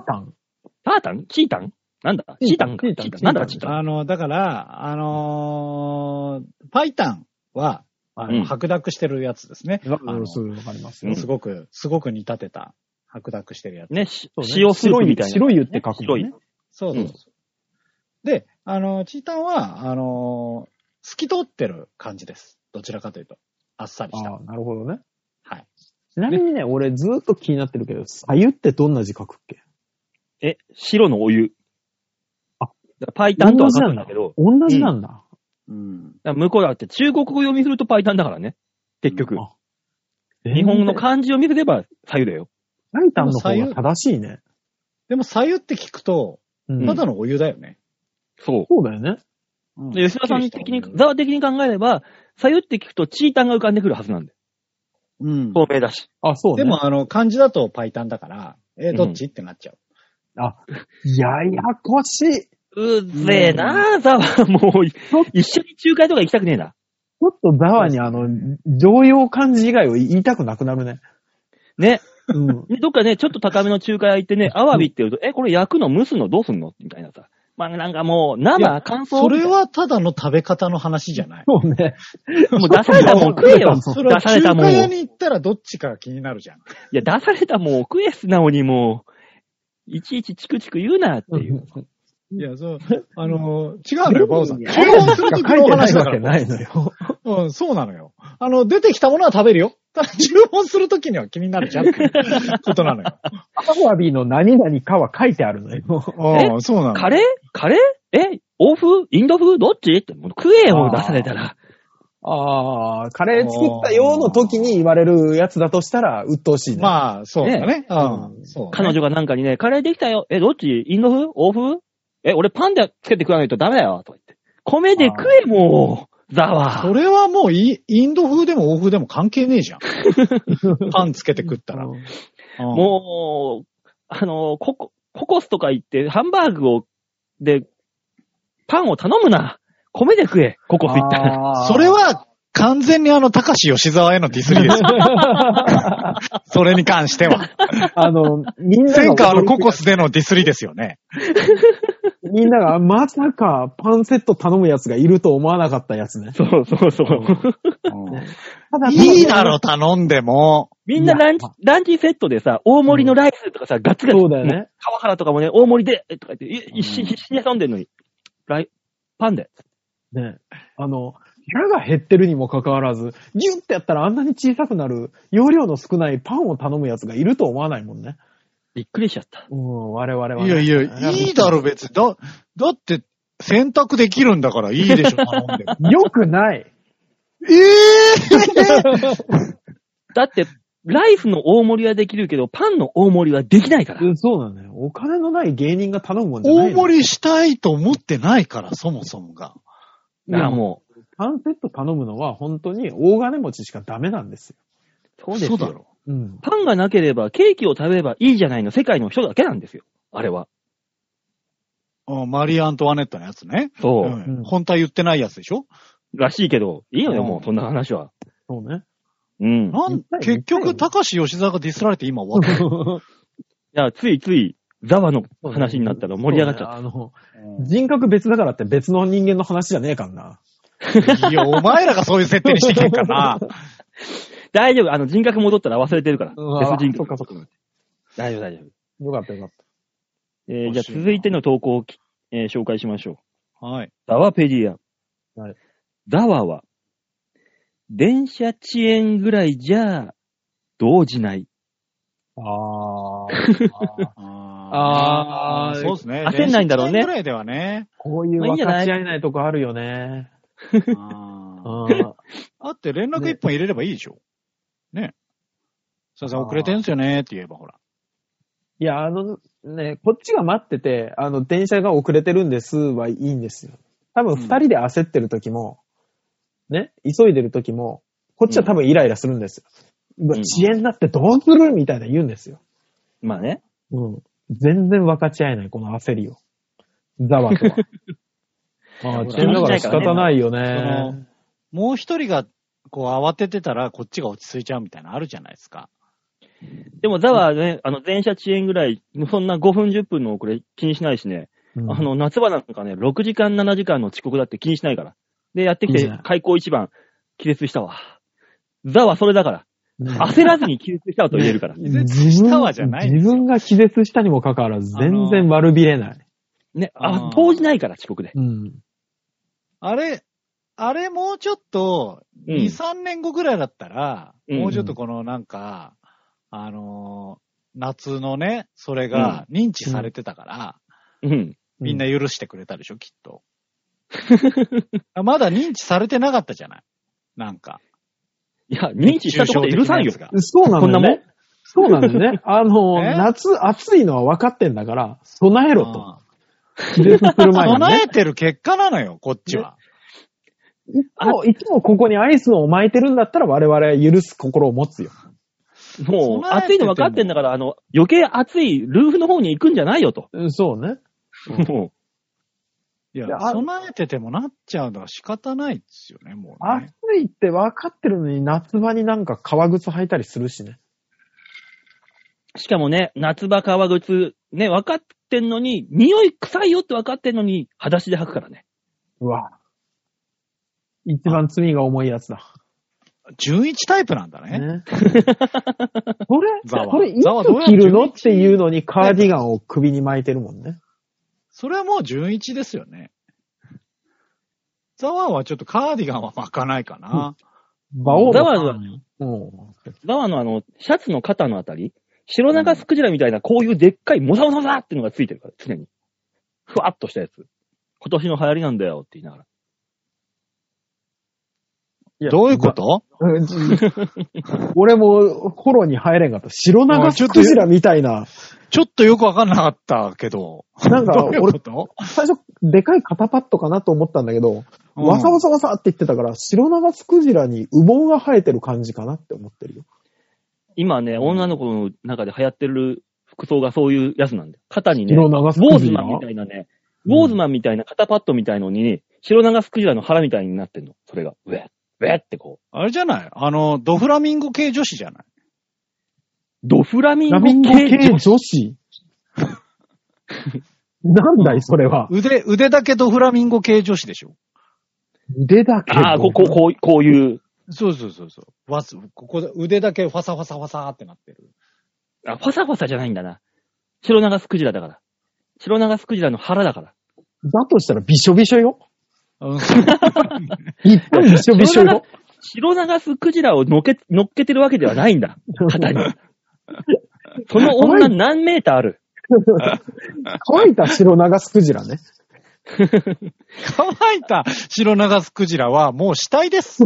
Speaker 3: ータン
Speaker 2: サータンチータンなんだチータンか。
Speaker 3: チ
Speaker 2: チー
Speaker 3: ータン
Speaker 2: タン。なんだ、チ
Speaker 3: チ
Speaker 2: ータン。
Speaker 4: あの、だから、あのーパイタンは、あの
Speaker 2: うん
Speaker 4: 白濁してるやつですね。
Speaker 3: わ
Speaker 4: あの
Speaker 3: そうわかります
Speaker 2: うん
Speaker 4: すごく、すごく煮立てた、白濁してるやつ。
Speaker 2: ね、し
Speaker 3: そうね
Speaker 2: 塩スープみたいな。
Speaker 3: 白い湯って書くの
Speaker 2: 白い
Speaker 3: ね。
Speaker 4: そうそうそう。で、あの、チータンは、あのー透き通ってる感じです。どちらかというと。あっさりした。
Speaker 3: ああ、なるほどね。
Speaker 4: はい。
Speaker 3: ちなみにね、俺ずーっと気になってるけど、さゆってどんな字書くっけ
Speaker 2: え、白のお湯。
Speaker 3: あ
Speaker 2: だからパイタンとは書くんだけど、
Speaker 3: 同じなんだ。
Speaker 4: うん。
Speaker 2: だから向こうだって中国語読みするとパイタンだからね。結局。
Speaker 3: あ
Speaker 2: 日本語の漢字を見れば左右だよ。
Speaker 3: サイタンの方が正しいね。
Speaker 4: でも、左右って聞くと、
Speaker 3: うん
Speaker 4: ただのお湯だよね。
Speaker 2: そ
Speaker 3: そうだよね。
Speaker 4: うん
Speaker 2: う。で吉田さん的に、
Speaker 4: う
Speaker 2: ザワ的に考えれば、左右って聞くとチータンが浮かんでくるはずなんだよ。
Speaker 4: ん。
Speaker 2: 透明だし。
Speaker 3: あ、そうね。
Speaker 4: でも、あの、漢字だとパイタンだから、えーどっち、ってなっちゃう。
Speaker 3: ややこしい。ち
Speaker 2: うぜえなぁ、ザワ。もうい
Speaker 3: ょ
Speaker 2: 一緒に仲介とか行きたくねえな。
Speaker 3: ちょっとザワにあの、常用漢字以外を言いたくなくなるね。
Speaker 2: ね。
Speaker 3: うん。
Speaker 2: でどっかね、ちょっと高めの仲介行ってね、アワビって言うと、え、これ焼くの蒸すのどうすんのみたいなさ。まあなんかもう、
Speaker 4: い
Speaker 2: 生
Speaker 4: や
Speaker 2: 乾燥。
Speaker 4: それはただの食べ方の話じゃない。
Speaker 3: そうね。
Speaker 2: もう出されたもん食えよ。
Speaker 3: そう
Speaker 4: それは
Speaker 2: 出され
Speaker 4: 中
Speaker 2: たもん
Speaker 4: 華
Speaker 2: を。
Speaker 4: 屋
Speaker 2: い
Speaker 4: に行ったらどっちかが気になるじゃん。
Speaker 2: や、出されたもんを食え、素直にもう。いちいちチクチク言うなっていう。
Speaker 4: いや、そう、あの、違うのよ、バオさん。注
Speaker 3: 注
Speaker 4: 文
Speaker 3: 文
Speaker 4: す
Speaker 3: す
Speaker 4: る
Speaker 3: る
Speaker 4: と
Speaker 3: と
Speaker 4: き
Speaker 3: き
Speaker 4: の
Speaker 3: の
Speaker 4: 話
Speaker 3: 話
Speaker 4: だ
Speaker 3: だ
Speaker 4: か。
Speaker 3: かららないのよ。
Speaker 4: うん、そうなのよ。あの、出てきたものは食べるよ。 ただ注文するときには気になるじゃんっていうことなのよ。
Speaker 3: アワビの何々かは書いてあるのよ。
Speaker 4: ああ、そうなの
Speaker 2: カレーカレーえ欧風インド風どっちって、もう食えよ、
Speaker 3: あー
Speaker 2: 出されたら。
Speaker 3: ああ、カレー作ったよの時に言われるやつだとしたら、鬱陶しいね。あ、
Speaker 4: まあ、そうだね。う、
Speaker 3: うん
Speaker 4: そう。
Speaker 2: 彼。女がなんかにね、カレーできたよ。え、どっちインド風欧風え、俺パンでつけて食わないとダメだよ。とか言って。米で食え、もう。ザワ
Speaker 4: それはもうイ、インド風でも欧風でも関係ねえじゃん。パンつけて食ったら。も
Speaker 2: もう、あの、ココ、ココスとか行って、ハンバーグを、で、パンを頼むな。米で食え、ココス行ったら。
Speaker 4: それは、完全にあの、高橋吉沢へのディスリですよ。 それに関しては。
Speaker 3: あの、みんな
Speaker 4: 前回
Speaker 3: が
Speaker 4: あの、ココスでのディスリですよね。
Speaker 3: みんながまさかパンセット頼むやつがいると思わなかったやつね。
Speaker 2: そうそうそう。
Speaker 3: ただ
Speaker 4: いいだろ、頼んでも。
Speaker 2: みんなランチ、ランチセットでさ、大盛りのライスとかさ、ガツガツ。
Speaker 3: そうだよね。
Speaker 2: 川原とかもね、大盛りで、とか言って、い一
Speaker 4: う
Speaker 2: 心
Speaker 4: ん
Speaker 2: 必死に遊んでんのに。ライ、パンで。
Speaker 3: ね。あの、腹が減ってるにもかかわらず、ギュッてやったらあんなに小さくなる、容量の少ないパンを頼むやつがいると思わないもんね。
Speaker 2: びっくりしちゃった。
Speaker 3: うん、我々は、ね。
Speaker 4: いやいや、いいだろ、別に。だ、だって、選択できるんだからいいで しょ、頼んでも。
Speaker 3: よくない。
Speaker 4: ええ
Speaker 2: だって、ライフの大盛りはできるけど、パンの大盛りはできないから。
Speaker 3: そうなんだよ。お金のない芸人が頼むもんじゃない
Speaker 4: 大
Speaker 3: の。
Speaker 4: 盛りしたいと思ってないから、そもそもが。
Speaker 2: だからもう、
Speaker 3: パンセット頼むのは本当に大金持ちしかダメなんですよ。
Speaker 2: そうですよ
Speaker 4: だろ。
Speaker 3: うん。
Speaker 2: パンがなければ、ケーキを食べればいいじゃないの、世界の人だけなんですよ。あれは。
Speaker 4: うんマリー・アントワネットのやつね。
Speaker 2: そう。
Speaker 4: うん
Speaker 3: うん
Speaker 4: 本体言ってないやつでしょ
Speaker 2: らしいけど、いいよね、
Speaker 4: うん
Speaker 2: もう、そんな話は。
Speaker 3: そうね。
Speaker 2: うん。い
Speaker 4: なん
Speaker 3: 言ったよ
Speaker 4: 結
Speaker 3: 言
Speaker 4: 局、
Speaker 3: った
Speaker 4: 高橋吉沢がディスられて今終わった。
Speaker 2: や、ついつい、ザワの 話になったら盛り上がっちゃった。
Speaker 3: た。あの、人格別だからって別の人間の話じゃねえからな。
Speaker 4: いや、お前らがそういう設定にしてけんか な。
Speaker 2: 大丈夫、あの、人格戻ったら忘れてるから。別人格。
Speaker 3: そっかそっか。
Speaker 2: 大丈夫、大丈夫。
Speaker 3: よかったよかっ
Speaker 2: えーじゃあ続いての投稿をき、えー紹介しましょう。
Speaker 4: はい。
Speaker 2: ザワペディア。
Speaker 3: はい
Speaker 2: ザワは、電車遅延ぐらいじゃ、動じない。
Speaker 3: た。あー。
Speaker 4: あ
Speaker 3: あー
Speaker 4: そうですね。
Speaker 2: 焦んないんだろうね
Speaker 4: 練習時間ぐらいでは ね。
Speaker 3: こういう
Speaker 2: まあいいん
Speaker 3: 分
Speaker 2: じゃ
Speaker 3: か
Speaker 2: ない
Speaker 3: ち合えないとこあるよね。
Speaker 4: あ
Speaker 3: うん
Speaker 4: だって連絡一本入れればいいでしょ。ね。すいません、遅れてんすよねって言えばほら。
Speaker 3: いや、あの、ね、こっちが待ってて、あの、電車が遅れてるんですはいいんですよ。多分、
Speaker 4: うん
Speaker 3: 二人で焦ってる時も、ね、急いでる時も、こっちは多分イライラするんですよ。うわ
Speaker 2: うん
Speaker 3: 遅延になってどうするみたいな言うんですよ。
Speaker 2: まあね。
Speaker 3: うん。全然分かち合えない、この焦りを。ザワとは。ああ、遅延だから仕方ないよ
Speaker 4: その
Speaker 3: ね。
Speaker 4: もう一人が、こう慌ててたら、こっちが落ち着いちゃうみたいなのあるじゃないですか。
Speaker 2: でもザワはね、あの、電車遅延ぐらい、そんな5分10分の遅れ気にしないしね。
Speaker 3: うん
Speaker 2: あの、夏場なんかね、6時間7時間の遅刻だって気にしないから。で、やってき
Speaker 3: いい
Speaker 2: て
Speaker 3: じゃん、
Speaker 2: 開口一番、気絶したわ。ザはそれだから。
Speaker 3: うん
Speaker 2: 焦らずに気絶したわと言えるから。
Speaker 4: 気絶したわじゃないんで
Speaker 3: 自
Speaker 4: すよ
Speaker 3: 分が気絶したにもかかわらず、全然悪びれない。
Speaker 2: ね、
Speaker 4: あ
Speaker 2: あ
Speaker 4: ー、
Speaker 2: 投じないから遅刻で。
Speaker 3: うん。
Speaker 4: あれ、あれもうちょっと、
Speaker 2: う
Speaker 4: 2、
Speaker 2: ん。
Speaker 4: 3年後ぐらいだったら、
Speaker 2: うん
Speaker 4: もうちょっとこのなんか、あのー夏のね、それが認知されてたから、
Speaker 2: うん。
Speaker 3: うん
Speaker 4: みんな許してくれたでしょ、きっ と。あまだ認知されてなかったじゃないなんか。
Speaker 2: いや、認知したところで許さんよ
Speaker 4: 熱中症的な。やつが
Speaker 3: そうな
Speaker 2: こん
Speaker 3: んだよね。
Speaker 2: なもん
Speaker 3: そうなんだよ ね。あの、
Speaker 4: え
Speaker 3: 夏暑いのは分かってんだから、備えろと。
Speaker 4: うん
Speaker 3: 気 絶する前に、
Speaker 4: 備
Speaker 3: ね。
Speaker 4: えてる結果なのよ、こっちは。
Speaker 3: もういつもここにアイスを巻いてるんだったら我々は許す心を持つよ。
Speaker 2: もう、
Speaker 4: 備えて
Speaker 2: 暑
Speaker 4: て
Speaker 2: い
Speaker 4: も
Speaker 2: の分かってんだから、あの、余計暑いルーフの方に行くんじゃないよと。
Speaker 3: うんそうね。
Speaker 2: も
Speaker 4: いや
Speaker 3: いや、あ
Speaker 4: 備えててもなっちゃうのは仕方ないですよね、もう、
Speaker 3: 暑
Speaker 4: ね。
Speaker 3: いって分かってるのに夏場になんか革靴履いたりするしね。
Speaker 2: うしかもね、夏場革靴、ね、分かってんのに、匂い臭いよって分かってんのに、裸足で履くからね。
Speaker 3: うわ。一番罪が重いやつだ。
Speaker 4: 純一タイプなんだね。
Speaker 3: ね。それ、
Speaker 4: ざわ
Speaker 3: それい
Speaker 4: ざわどうや
Speaker 3: つ
Speaker 4: って
Speaker 3: 着るのっていうのにカーディガンを首に巻いてるもんね。
Speaker 4: それはもう純一ですよね。ザワーはちょっとカーディガンは巻かないかな。
Speaker 3: 馬王の
Speaker 2: ザワは
Speaker 3: うん。
Speaker 2: ザワのあの、シャツの肩のあたり、白長スクジラみたいな、こういうでっかい、モサモサモサってのがついてるから、常に。ふわっとしたやつ。今年の流行りなんだよって言いながら。
Speaker 3: や
Speaker 4: どういうこと
Speaker 3: うん俺も、フォローに入れんかった。白長スクジラみたいな。
Speaker 4: ちょっとよくわかんなかったけど。
Speaker 3: なんか
Speaker 4: どういうこ
Speaker 3: 俺、
Speaker 4: と
Speaker 3: 最初、でかい肩パッドかなと思ったんだけど、
Speaker 4: うん
Speaker 3: わさわさわさって言ってたから、白長スクジラに羽毛が生えてる感じかなって思ってるよ。
Speaker 2: 今ね、女の子の中で流行ってる服装がそういうやつなんだよ。肩にね、
Speaker 3: 白長ス
Speaker 2: ウォー
Speaker 3: ク
Speaker 2: ズ
Speaker 3: ジ
Speaker 2: マ
Speaker 3: ラ
Speaker 2: ンみたいなね、
Speaker 3: うん
Speaker 2: ウォーズマンみたいな肩パッドみたいのに、白長スクジラの腹みたいになってんの、それが。うえウェってこう。
Speaker 4: あれじゃないあの、ドフラミンゴ系女子じゃない
Speaker 2: ドフラミ
Speaker 3: ラミン
Speaker 2: ン
Speaker 3: ゴ
Speaker 2: ゴ系
Speaker 3: 系女子なんだい、それは。
Speaker 4: 腕、腕だけドフラミンゴ系女子でしょ
Speaker 3: 腕だけ。
Speaker 2: ああ、ここ、こう、こういう。
Speaker 4: そうそうそうそう。わす、ここで腕だけファサファサファサってなってる。
Speaker 2: あ、ファサファサじゃないんだな。白長スクジラだから。白長スクジラの腹だから。
Speaker 3: だとしたらびしょびしょよ。
Speaker 4: うん、
Speaker 3: 一旦びしょびしょ
Speaker 2: そんな
Speaker 3: よ。
Speaker 2: 白長スクジラをのっけ、乗っけてるわけではないん だ。肩に。 その女何メーターある
Speaker 3: 乾いた白長スクジラね。
Speaker 4: 乾いた白長スクジラはもう死体です。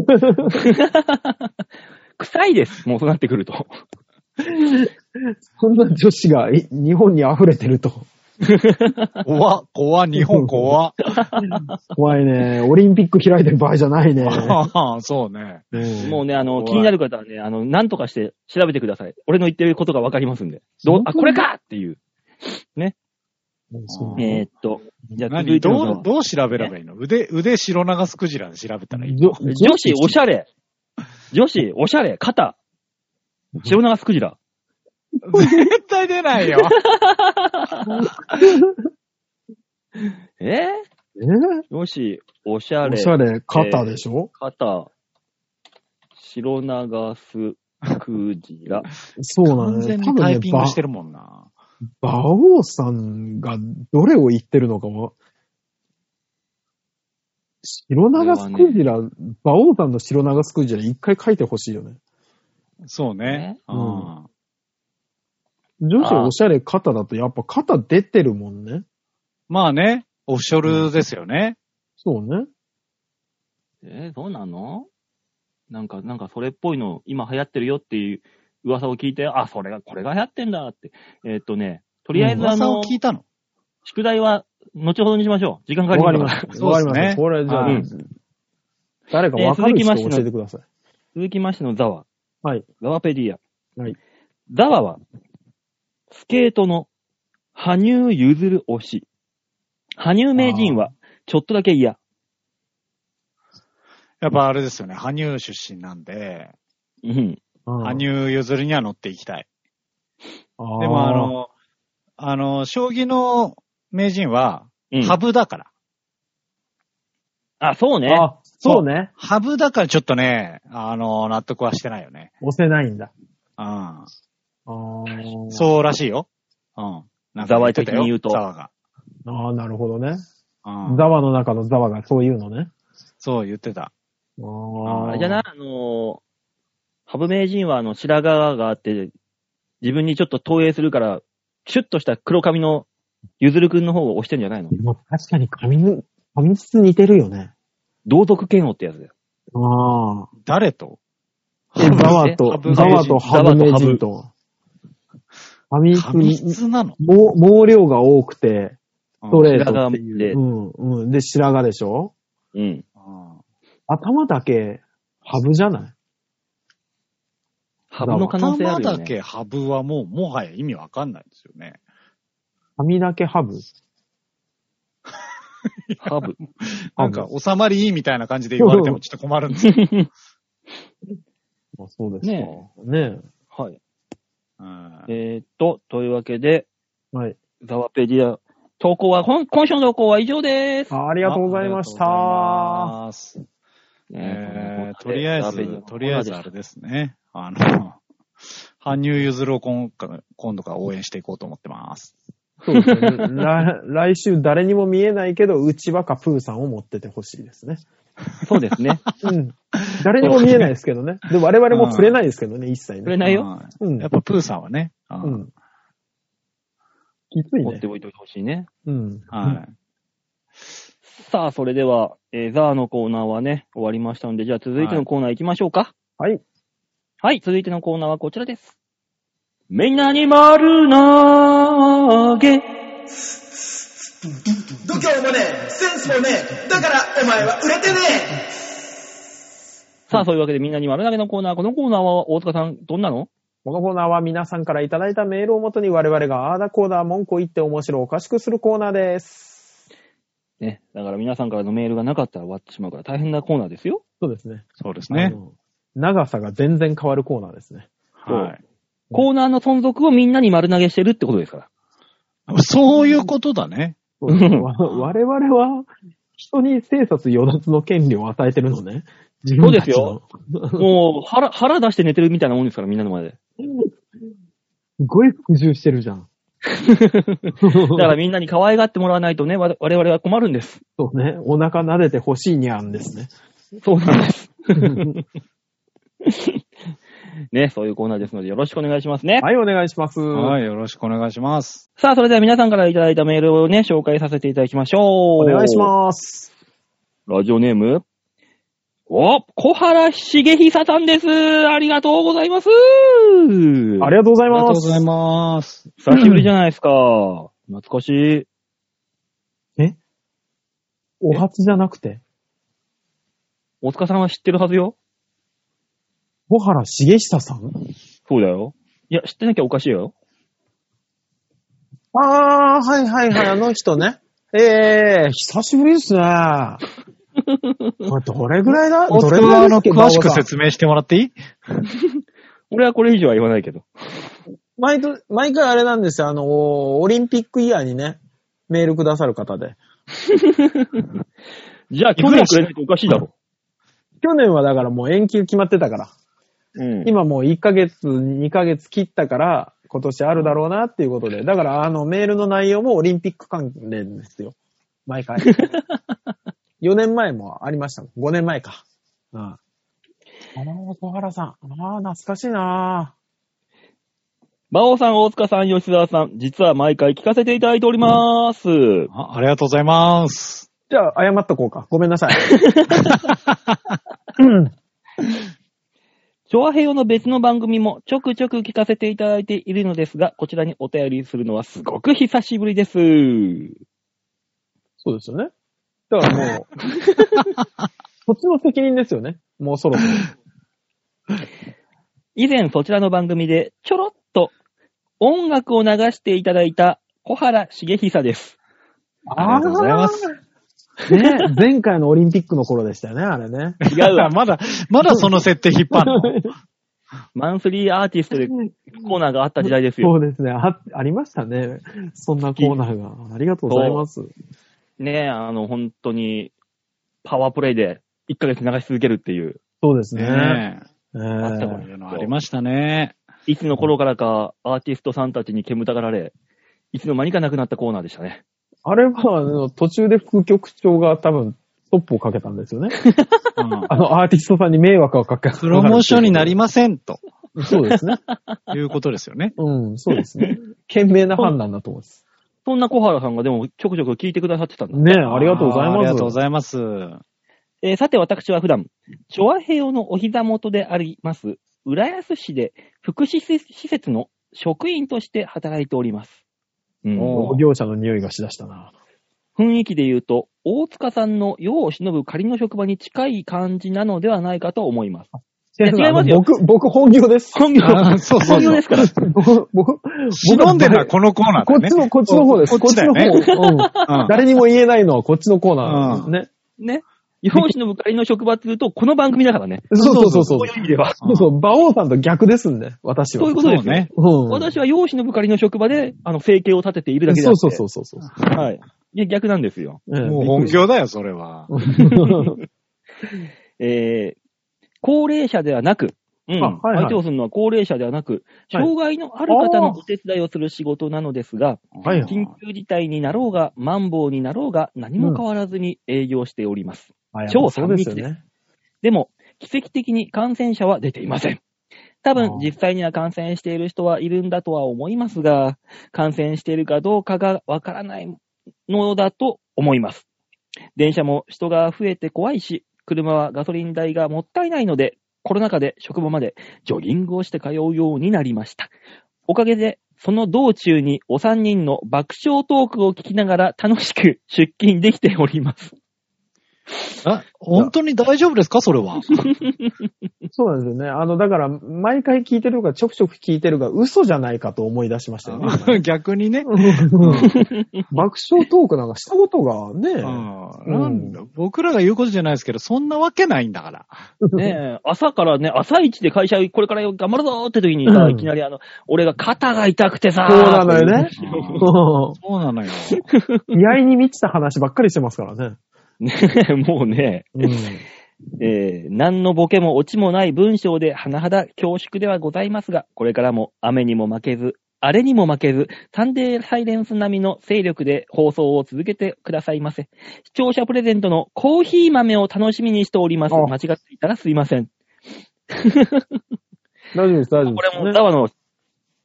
Speaker 2: 臭いです。もうそうなってくると。
Speaker 3: こんな女子がい日本に溢れてる と。
Speaker 4: 怖っ、怖っ、日本怖っ。
Speaker 3: 怖いね。オリンピック開いてる場合じゃない ね。
Speaker 4: ああそうね。
Speaker 2: もうね、あの、
Speaker 4: 怖い
Speaker 2: 気になる方はね、あの、なんとかして調べてください。俺の言ってることがわかりますんで。どう、あ、これかっていう。
Speaker 3: うんそう
Speaker 4: え
Speaker 2: えーっと、じゃあ続
Speaker 4: 何
Speaker 2: いての
Speaker 4: どう、どう調べればいいの腕、腕白長スクジラで調べたらいい。
Speaker 3: 女
Speaker 2: 女子おしゃれ。女子おしゃれ、肩。白長スクジラ。
Speaker 4: 絶対出ないよ。
Speaker 2: えー、
Speaker 3: えー
Speaker 2: 女子おしゃ
Speaker 3: お
Speaker 2: れ
Speaker 3: し、ゃれ、肩でしょ、
Speaker 2: 肩。白長スクジラ。
Speaker 3: そうな
Speaker 4: 完
Speaker 3: のね。
Speaker 4: 全
Speaker 3: 多
Speaker 4: に
Speaker 3: 分
Speaker 4: タ
Speaker 3: ね
Speaker 4: イピン
Speaker 3: ば
Speaker 4: グしてるもんな。
Speaker 3: 馬王さんがどれを言ってるのかも。白長スクジラ、馬王さんの白長スクジラ一回書いてほしいよね。
Speaker 4: そうね
Speaker 2: ね。
Speaker 4: うん
Speaker 3: 女子おしゃれ肩だとやっぱ肩出てるもんね。
Speaker 4: まあね、オフショルですよね。
Speaker 3: そうね。
Speaker 2: えー、そうなのなんか、なんかそれっぽいの、今流行ってるよっていう噂を聞いて、あ、それが、これが流行ってんだって。えーっとね、とりあえずあ
Speaker 4: 噂
Speaker 2: の
Speaker 4: を、聞いたの。
Speaker 2: 宿題は、後ほどにしましょう。時間か
Speaker 3: わ
Speaker 2: か
Speaker 3: か
Speaker 2: り
Speaker 3: り
Speaker 2: ま
Speaker 3: ます
Speaker 2: から。
Speaker 3: す。
Speaker 4: そう
Speaker 3: わ
Speaker 4: で
Speaker 3: か
Speaker 4: す
Speaker 3: り
Speaker 4: ね
Speaker 3: ました。これじゃあ
Speaker 2: うん、
Speaker 3: 誰かわかる人教えてください。
Speaker 2: 続きましてのザワ。
Speaker 3: はい。
Speaker 2: ザワペディア。
Speaker 3: はい。
Speaker 2: ザワは、スケートの、羽生譲る推し。羽生名人は、ちょっとだけ嫌。
Speaker 4: やっぱあれですよね。羽生出身なんで、
Speaker 2: うん。
Speaker 3: うん
Speaker 4: 羽生譲りには乗っていきたい。
Speaker 3: で
Speaker 4: でもあ、の、あの、将棋の名人は、
Speaker 2: うん、
Speaker 4: ハブだから。
Speaker 2: あ、そうね。
Speaker 3: あ、そうね。
Speaker 4: ハブだからちょっとね、あの、納得はしてないよね。
Speaker 3: 押せないんだ。
Speaker 4: うん。
Speaker 3: あー
Speaker 4: そうらしいよ。うん。なんかってたよ
Speaker 2: ザワ的に言うと
Speaker 4: ザワが。
Speaker 3: あー、なるほどね。
Speaker 4: うん。
Speaker 3: ザワの中のザワがそういうのね。
Speaker 4: そう言ってた。
Speaker 3: あ
Speaker 2: あ
Speaker 3: あ
Speaker 2: れじゃないあのー、羽生名人は、あの、白髪があって、自分にちょっと投影するから、シュッとした黒髪の、譲るくんの方を押してんじゃないの
Speaker 3: まあ確かに髪の、髪質似てるよね。
Speaker 2: 同族嫌悪ってやつだよ。
Speaker 3: ああ。
Speaker 4: 誰と
Speaker 3: え、ザワ
Speaker 4: ハ
Speaker 3: と、
Speaker 4: ブ
Speaker 3: ザワとハブ名
Speaker 2: ハブ
Speaker 3: 人と。髪
Speaker 4: 髪
Speaker 3: 質、
Speaker 4: 質なの
Speaker 3: 毛毛量が多くて、スト
Speaker 4: れ。
Speaker 3: レートってい
Speaker 2: 白
Speaker 3: う。うん、うん。で、白髪でしょ
Speaker 2: うん。
Speaker 4: うん
Speaker 3: 頭だけ、ハブじゃない
Speaker 2: ハブの可能性あるよ、ね。
Speaker 4: 頭だけハブはもう、もはや意味わかんないですよね。
Speaker 3: 髪だけハブ
Speaker 2: ハブ。
Speaker 3: ハブ
Speaker 4: なんか、収まりいいみたいな感じで言われてもちょっと困るんですよ。
Speaker 3: あそうですか。
Speaker 2: ね
Speaker 3: ね
Speaker 2: はい。
Speaker 4: うん
Speaker 2: えーっと、というわけで、
Speaker 3: え。はい。
Speaker 2: ザワペディア、投稿は、今今週の投稿は以上です。
Speaker 3: ああり
Speaker 4: あ
Speaker 3: がとうございました。
Speaker 4: り
Speaker 2: ね
Speaker 4: がとうございます。えーとりあえ
Speaker 2: ザワペディア
Speaker 4: ず、とりあえずあれですね。あの、羽生結弦を今回今度から応援していこうと思ってます。
Speaker 3: そうですね。ら 来週誰にも見えないけど、うちわかプーさんを持っててほしいですね。
Speaker 2: そう ですね。
Speaker 3: うん。誰にも見えないですけどね。で、我々も触れないですけどね、一切
Speaker 2: 触れ
Speaker 3: ね。
Speaker 2: ないよ。
Speaker 3: うん。
Speaker 4: やっぱプーさんはね。う
Speaker 3: うんん。きつい
Speaker 2: 持っ
Speaker 3: ね
Speaker 2: て。おいてほしいね。
Speaker 3: うん。
Speaker 4: はい。
Speaker 2: さあ、それでは、えーザーのコーナーはね、終わりましたので、じゃあ続いてのコーナー行きましょうか。
Speaker 3: はい。
Speaker 2: はい、続いてのコーナーはこちらです。みんなに丸投げ。
Speaker 1: 度胸もねえセンスもねえだからお前は売れてねえ
Speaker 2: さあ、そういうわけでみんなに丸投げのコーナー。このコーナーは大塚さん、どんなの
Speaker 3: このコーナーは皆さんからいただいたメールをもとに我々があーだこーだ文句を言って面白おかしくするコーナーです。
Speaker 2: ね。だから皆さんからのメールがなかったら終わってしまうから大変なコーナーですよ。
Speaker 3: そうですね。
Speaker 5: そうです
Speaker 3: あ
Speaker 5: ね。
Speaker 3: の長さが全然変わるコーナーですね。
Speaker 5: はい。
Speaker 2: コーナーの存続をみんなに丸投げしてるってことですから。
Speaker 5: そういうことだね。
Speaker 3: そうですねわ我々は人に生殺与奪の権利を与えてるのね。自分たちの。
Speaker 2: もう腹、腹出して寝てるみたいなもんですから、みんなの前で。
Speaker 3: すごい服従してるじゃん。
Speaker 2: だからみんなに可愛がってもらわないとね、わ我々は困るんです。
Speaker 3: そうね。お腹撫でてほしいにゃんですね。
Speaker 2: そうなんです。 ね、そういうコーナーですのでよろしくお願いしますね。
Speaker 3: はい、お願いします。
Speaker 5: はい、よろしくお願いします。
Speaker 2: さあ、それでは皆さんからいただいたメールをね、紹介させていただきましょう。
Speaker 3: お
Speaker 2: お
Speaker 3: 願いします。
Speaker 2: す。ラジオネームお、小原茂久さんです。ありがとうございます。
Speaker 3: ありがとうござ
Speaker 5: あ
Speaker 3: い
Speaker 5: りがとうご
Speaker 3: ます。
Speaker 5: ざいます。
Speaker 2: 久しぶりじゃないですか。懐かしい。
Speaker 3: お初じゃなくて、
Speaker 2: 大塚さんは知ってるはずよ。
Speaker 3: 小原茂久さん
Speaker 2: そうだよ。いや、知ってなきゃおかしいよ。
Speaker 3: ああ、はいはいはい、あの人ね。ええ久しぶりですね。これどれぐらいだ
Speaker 5: 大
Speaker 3: どれ
Speaker 5: 塚
Speaker 3: ぐら
Speaker 5: はいあ
Speaker 3: だっ
Speaker 5: の、
Speaker 3: け
Speaker 5: 詳しく
Speaker 3: 馬王さん
Speaker 5: 説明してもらっていい
Speaker 2: 俺はこれ以上は言わないけど。
Speaker 3: 毎度毎回あれなんですよ、あの、オリンピックイヤーにね、メールくださる方で。
Speaker 2: じゃあ、去年くれないとおかしいだろ。
Speaker 3: 去年はだからもう延期決まってたから。
Speaker 2: うん
Speaker 3: 今もう1ヶ月、2ヶ月切ったから、今年あるだろうなっていうことで。だから、あの、メールの内容もオリンピック関連ですよ。毎 回。4年前もありましたもん。5年前か。うん。あの、小原さん。ああ、懐かしいな
Speaker 2: 馬王さん、大塚さん、吉沢さん、実は毎回聞かせていただいております。
Speaker 5: あありがとうございます。
Speaker 3: じゃあ、謝っとこうか。ごめんな さい。
Speaker 2: チョアヘヨの別の番組もちょくちょく聞かせていただいているのですが、こちらにお便りするのはすごく久しぶりです。
Speaker 3: そうですよね。だから もう、こっちの責任ですよね。もうそろそろ。
Speaker 2: 以前そちらの番組でちょろっと音楽を流していただいた小原茂久です。
Speaker 5: ありがとうございます。
Speaker 3: ね、前回のオリンピックの頃でしたよね、あれね。
Speaker 2: 違う
Speaker 5: 。
Speaker 2: わ
Speaker 5: まだ、まだその設定引っ張 るの
Speaker 2: マンスリーアーティストでコーナーがあった時代です
Speaker 3: そ
Speaker 2: よ。
Speaker 3: うですね。あ、ありましたね。そんなコーナーが。ありがとうございます。
Speaker 2: ねえ、あの、本当に、パワープレイで1ヶ月流し続けるっていう。
Speaker 3: そうですね。
Speaker 5: ね
Speaker 3: ええ
Speaker 2: あった
Speaker 5: え。そう
Speaker 2: もね
Speaker 5: いうのありました ね。
Speaker 2: いつの頃からかアーティストさんたちに煙たがられ、いつの間にかなくなったコーナーでしたね。
Speaker 3: あれは、あの、途中で副局長が多分、トップをかけたんですよね。
Speaker 5: うん
Speaker 3: あの、アーティストさんに迷惑をかけ
Speaker 5: プロモーションになり
Speaker 3: ま
Speaker 5: ません、と
Speaker 3: す。そうですね。
Speaker 5: いうことですよね。
Speaker 3: うん、そうですね。 賢明な判断だと思います。
Speaker 2: そんな小原さんがでもちょくちょく聞いてくださってたんだ。
Speaker 3: ねえ、ありがとうございます。
Speaker 5: ありがとうございます。
Speaker 2: えーさて私は普段、チョアヘヨのお膝元であります、浦安市で福祉施設の職員として働いております。うん、
Speaker 3: お業者の匂いがしだしたな。
Speaker 2: 雰囲気で言うと、大塚さんの世を忍ぶ仮の職場に近い感じなのではないかと思います。いや違いますよ
Speaker 3: 僕、僕本業です。
Speaker 2: 本業、
Speaker 5: あーそうそうそう
Speaker 2: 本業ですから。
Speaker 3: 僕、僕、
Speaker 5: 忍んでるのはこのコーナー
Speaker 3: こ
Speaker 5: だ
Speaker 3: っ
Speaker 5: ね
Speaker 3: ち。の、こっちの方で
Speaker 5: こ
Speaker 3: す。こ
Speaker 5: っ
Speaker 3: っ
Speaker 5: ち
Speaker 3: ち
Speaker 5: だよ
Speaker 3: の
Speaker 5: ね
Speaker 3: 方。うん
Speaker 5: うん
Speaker 3: 誰にも言えないのはこっちのコーナーなんですね。
Speaker 2: ね。世を忍ぶ仮の職場って言うと、この番組だからね。
Speaker 3: そうそうそうそう。
Speaker 2: そういう意味では。
Speaker 3: そうそう、馬王さんと逆ですんで、私は。
Speaker 2: そういうことです
Speaker 5: そうね。
Speaker 3: うん。
Speaker 2: 私は容姿のぶかりの職場で、あの、生計を立てているだけであ
Speaker 3: そ
Speaker 2: っ
Speaker 3: う
Speaker 2: て。
Speaker 3: そうそうそうそう。
Speaker 2: う。はい。いや、逆なんですよ。
Speaker 3: ええ
Speaker 5: もう本。業だよ、それは。
Speaker 2: えー、高齢者ではなく、うん。
Speaker 3: あはいはい
Speaker 2: 相手をするのは高齢者ではなく、
Speaker 3: はい
Speaker 2: 障害のある方のお手伝いをする仕事なのですが、
Speaker 3: はいはい
Speaker 2: 緊急事態になろうが、マンボウになろうが、何も変わらずに営業しております。
Speaker 3: あやっぱ
Speaker 2: 超
Speaker 3: そう
Speaker 2: 三
Speaker 3: で
Speaker 2: 密
Speaker 3: す
Speaker 2: です
Speaker 3: よね。
Speaker 2: でも、奇跡的に感染者は出ていません。多
Speaker 3: あ
Speaker 2: 分
Speaker 3: ー、
Speaker 2: 実際には感染している人はいるんだとは思いますが、感染しているかどうかがわからないのだと思います。電車も人が増えて怖いし、車はガソリン代がもったいないので、コロナ禍で職場までジョギングをして通うようになりました。おかげで、その道中にお三人の爆笑トークを聞きながら楽しく出勤できております。
Speaker 4: あ、本当に大丈夫ですかそれは。
Speaker 3: そうなんですよね。あの、だから、毎回聞いてるか、ちょくちょく聞いてるが、嘘じゃないかと思い出しましたよね。
Speaker 4: 逆にね。
Speaker 3: 爆笑トークなんかしたことがね、
Speaker 4: うんなんだ僕らが言うことじゃないですけど、そんなわけないんだから。
Speaker 2: ねえ、朝からね、朝一で会社これから頑張るぞーって時にさ、
Speaker 3: うん
Speaker 2: いきなりあの、俺が肩が痛くてさー、
Speaker 3: そうなのよね。
Speaker 4: そうなのよ。
Speaker 3: 居合に満ちた話ばっかりしてますからね。
Speaker 2: ねえ、 もうね、
Speaker 3: うん、
Speaker 2: えー何のボケもオチもない文章で甚だ恐縮ではございますが、これからも雨にも負けず、あれにも負けず、サンデーサイレンス並みの勢力で放送を続けてくださいませ。視聴者プレゼントのコーヒー豆を楽しみにしております。
Speaker 3: あ
Speaker 2: 間違っていたらすいません。
Speaker 3: 大丈夫です、大丈夫
Speaker 2: これも、
Speaker 3: です、
Speaker 2: ザワの、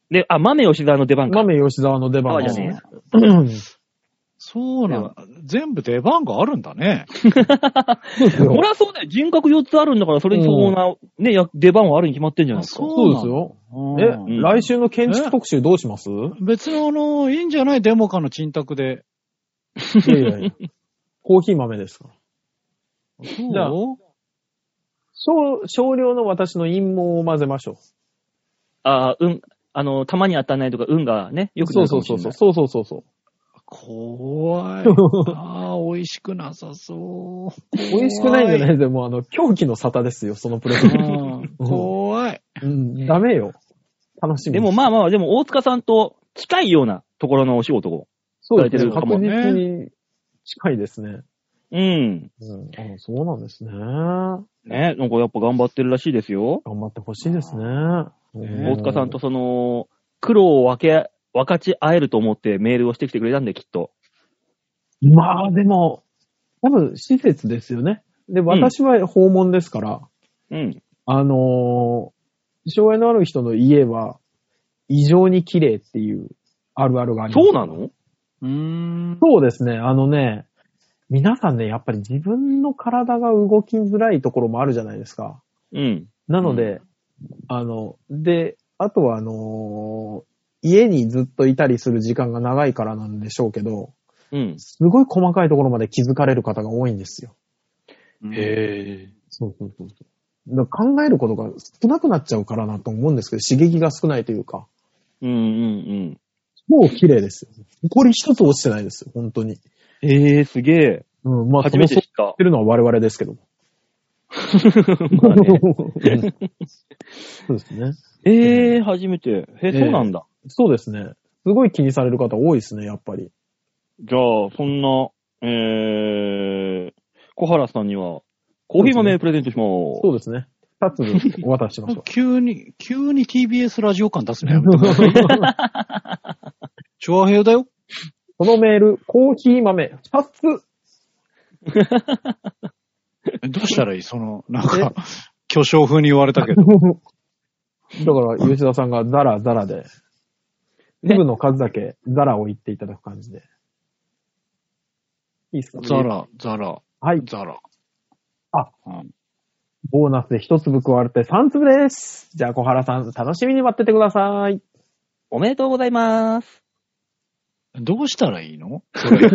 Speaker 2: で、あ、豆吉沢の出番か。
Speaker 3: 豆吉沢の出番
Speaker 2: あ
Speaker 3: で
Speaker 2: じゃ
Speaker 3: す
Speaker 2: ねえや
Speaker 3: うん
Speaker 4: そうなの。全部出番があるんだね。
Speaker 3: そうです
Speaker 2: こ
Speaker 3: よ
Speaker 2: れ。はそうだよ。人格4つあるんだから、それに相応な、ね、や出番はあるに決まってんじゃないですか。
Speaker 3: そうですよ。
Speaker 4: う
Speaker 3: え、
Speaker 4: ん
Speaker 2: ん
Speaker 3: 来週の建築特集どうします
Speaker 4: 別のあの、いいんじゃないデモカの沈託で。
Speaker 3: いやいやいや。コーヒー豆ですから。じゃあ
Speaker 4: そう
Speaker 3: 少少量の私の陰謀を混ぜましょう。
Speaker 2: ああ、うん。あの、たまに当たんないとか、運がね、よくな
Speaker 3: そ
Speaker 2: る
Speaker 3: う
Speaker 2: か
Speaker 3: そ
Speaker 2: も
Speaker 3: う
Speaker 2: しれな
Speaker 3: そう
Speaker 2: い。
Speaker 3: そう。そうそうそうそう。
Speaker 4: 怖いな あ。美味しくなさそう。
Speaker 3: 美味しくないんじゃないでも、あの、狂気の沙汰ですよ、そのプレゼント。
Speaker 4: うん怖い。
Speaker 3: うん、ダメよ。楽しみ。
Speaker 2: でもまあまあ、でも大塚さんと近いようなところのお仕事を。
Speaker 3: そうですね。
Speaker 2: 働
Speaker 3: 確
Speaker 2: いて
Speaker 4: るかもね
Speaker 3: 実に近いですね。
Speaker 2: うん。
Speaker 3: うん、あそうなんですね。頑
Speaker 2: ね、なんかやっぱ頑張ってるらしいですよ。
Speaker 3: 張ってほしいですね。
Speaker 4: うん
Speaker 2: 大塚さんとその、苦労を分け、分かち合えると思ってメールをしてきてくれたんで、きっと。
Speaker 3: うん。まあでも、多分施設ですよね。で、私は訪問ですから、
Speaker 2: うん。
Speaker 3: あのー障害のある人の家は異常に綺麗っていうあるあるがあります。
Speaker 2: そうなの
Speaker 4: うーん。
Speaker 3: そうですね。あのね、皆さんね、やっぱり自分の体が動きづらいところもあるじゃないですか。
Speaker 2: うん。
Speaker 3: なので、あの、で、あとはあのー家にずっといたりする時間が長いからなんでしょうけど、
Speaker 2: うん。
Speaker 3: すごい細かいところまで気づかれる方が多いんですよ。
Speaker 4: へ。
Speaker 3: そうそうそうそう。だから考えることが少なくなっちゃうからなと思うんですけど、刺激が少ないというか、
Speaker 2: うんうん
Speaker 3: もう綺麗ですよ。これ一つ落ちてないですよ、本当に。
Speaker 2: うん。ええすげえ。
Speaker 3: うん、まあ、
Speaker 2: 初めて
Speaker 3: そ
Speaker 2: 知っ
Speaker 3: のそう
Speaker 2: た
Speaker 3: っ。てるのは我々ですけども。
Speaker 2: まあね
Speaker 3: そうですね。
Speaker 2: ええ初めて。え、そうなんだ。
Speaker 3: そうですね。すごい気にされる方多いですね、やっぱり。
Speaker 2: じゃあ、そんな、えー、小原さんには、コーヒー豆プレゼントしま
Speaker 3: そ
Speaker 2: ー
Speaker 3: うですね。二つお渡ししましょう
Speaker 4: 急に、急に TBS ラジオ感出すのやめてください。 チュアヘヨだよ。
Speaker 3: このメール、コーヒー豆二 つ。
Speaker 4: どうしたらいいその、なんか、巨匠風に言われたけど。
Speaker 3: だから、吉田さんがザラザラで、粒の数だけザラを言っていただく感じで。いいっすか
Speaker 4: ザ。ラ、ザラ、
Speaker 3: はい。
Speaker 4: ザラ。
Speaker 3: あ
Speaker 4: うん、
Speaker 3: ボーナスで一粒加われて三粒です。じゃあ、小原さん、楽しみに待っててください。
Speaker 2: おめでとうございます。
Speaker 4: どうしたらいいのそれ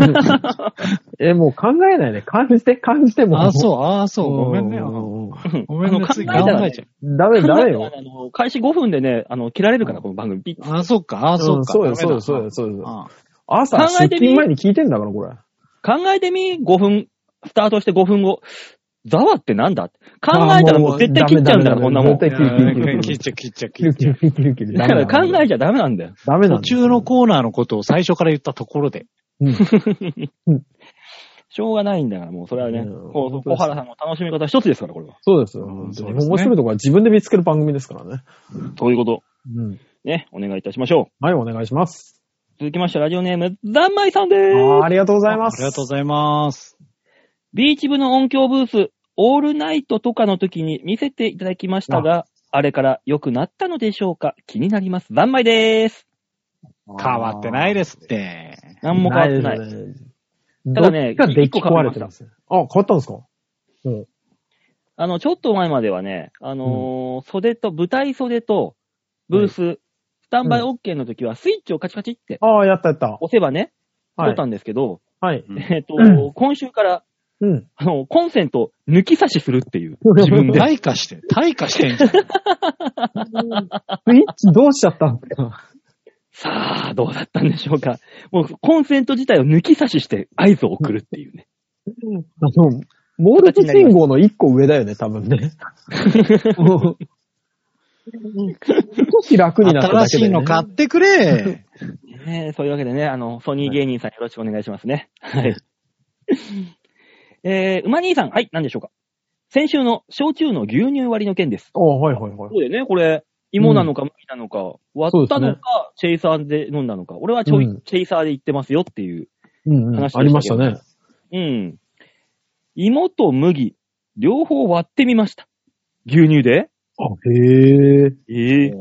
Speaker 3: え、もう考えないね。感じて、感じても。
Speaker 4: あ、そう、あ、そう、ごめんね。あの
Speaker 3: う。
Speaker 4: ごめん
Speaker 2: あ
Speaker 4: ね
Speaker 2: の、
Speaker 4: 次
Speaker 2: 考えたらね
Speaker 4: 考えちゃう。
Speaker 3: ダメ、ダメ
Speaker 2: 考えた
Speaker 3: よ。
Speaker 2: らあの開始5分でね、あの、切られるから、この番組。ピッ
Speaker 4: あ、そうか、あ、そうか。
Speaker 3: そうよ、そうよ、そう
Speaker 4: よ。
Speaker 3: よ、そうよ。
Speaker 4: あ
Speaker 3: 朝、
Speaker 2: 考え
Speaker 3: 出
Speaker 2: てみ
Speaker 3: 勤前に聞いてんだから、これ。
Speaker 2: 考えてみ ?5 分、スタートして5分後。ざわってなんだ考えたらもう絶対切っちゃうんだから、こんなもん。
Speaker 3: 絶対
Speaker 4: い
Speaker 3: 切
Speaker 4: や
Speaker 3: る、切る、切る。
Speaker 4: 切っちゃう、切っちゃう、
Speaker 3: キ
Speaker 4: 切っ
Speaker 3: ル
Speaker 4: ち
Speaker 3: キ
Speaker 4: ゃう。
Speaker 3: ルキルキルキル。
Speaker 2: だから考えちゃダメなんだよ。
Speaker 3: ダメな
Speaker 4: 途
Speaker 3: んだ
Speaker 4: 中のコーナーのことを最初から言ったところで。
Speaker 2: しょうがないんだから、もうそれはね、
Speaker 3: うん
Speaker 2: こ
Speaker 3: 本
Speaker 2: う
Speaker 3: 当で
Speaker 2: 小
Speaker 3: す
Speaker 2: 原さんの楽しみ方一つですから、これは。
Speaker 3: そうですよ。
Speaker 4: うんそうですね
Speaker 3: 面白いとこは自分で見つける番組ですからね。
Speaker 2: ということ。
Speaker 3: うん。
Speaker 2: ね、お願いいたしましょう。
Speaker 3: はい、お願いします。
Speaker 2: 続きまして、ラジオネーム、ざんまいさんでーす。
Speaker 3: あありがとうございま
Speaker 4: あ
Speaker 3: す。
Speaker 4: りがとうございます。
Speaker 2: ビーチ部の音響ブース、オールナイトとかの時に見せていただきましたが、あれから良くなったのでしょうか気になります。残枚でーす。
Speaker 4: 変わってないですって。
Speaker 2: 何も変わってない。
Speaker 3: ですね。
Speaker 2: ただね
Speaker 3: どっちがデッキ壊れてます。あ、変わったんですかうん。
Speaker 2: あの、ちょっと前まではね、あのー袖と、舞台袖と、ブース、スタンバイ OK の時は、スイッチをカチカチって
Speaker 3: ああ、やったやった。
Speaker 2: 押せばね、
Speaker 3: は
Speaker 2: 取
Speaker 3: い
Speaker 2: った。んですけど、
Speaker 3: はい。
Speaker 4: うん
Speaker 2: えっと、今週から、
Speaker 3: うん。
Speaker 2: あの、コンセントを抜き差しするっていう、自分で。
Speaker 5: 退化して、退化してん じゃん。
Speaker 3: スイッチどうしちゃったんですか
Speaker 2: さあ、どうだったんでしょうか。もう、コンセント自体を抜き差しして合図を送るっていうね。
Speaker 3: あの、モールス信号の一個上だよね、多分ね。もう少し楽になった
Speaker 5: 新
Speaker 3: だけ
Speaker 5: し
Speaker 3: で、ね。
Speaker 5: いの買ってくれ。
Speaker 2: ねえそういうわけでね、あの、ソニー芸人さんよろしくお願いしますね。はい。えー、馬兄さん、はい、何でしょうか。先週の焼酎の牛乳割りの件です。
Speaker 3: あはいはいはい。
Speaker 2: そうでね、これ、芋なのか麦なのか、割ったのか、チェイサーで飲んだのか、俺はちょい、
Speaker 3: うん
Speaker 2: チェイサーで行ってますよっていう。
Speaker 3: うん、うん。
Speaker 2: 話
Speaker 3: ありましたね。
Speaker 2: うん。芋と麦、両方割ってみました。牛乳で
Speaker 3: あ、へえ。
Speaker 2: ええ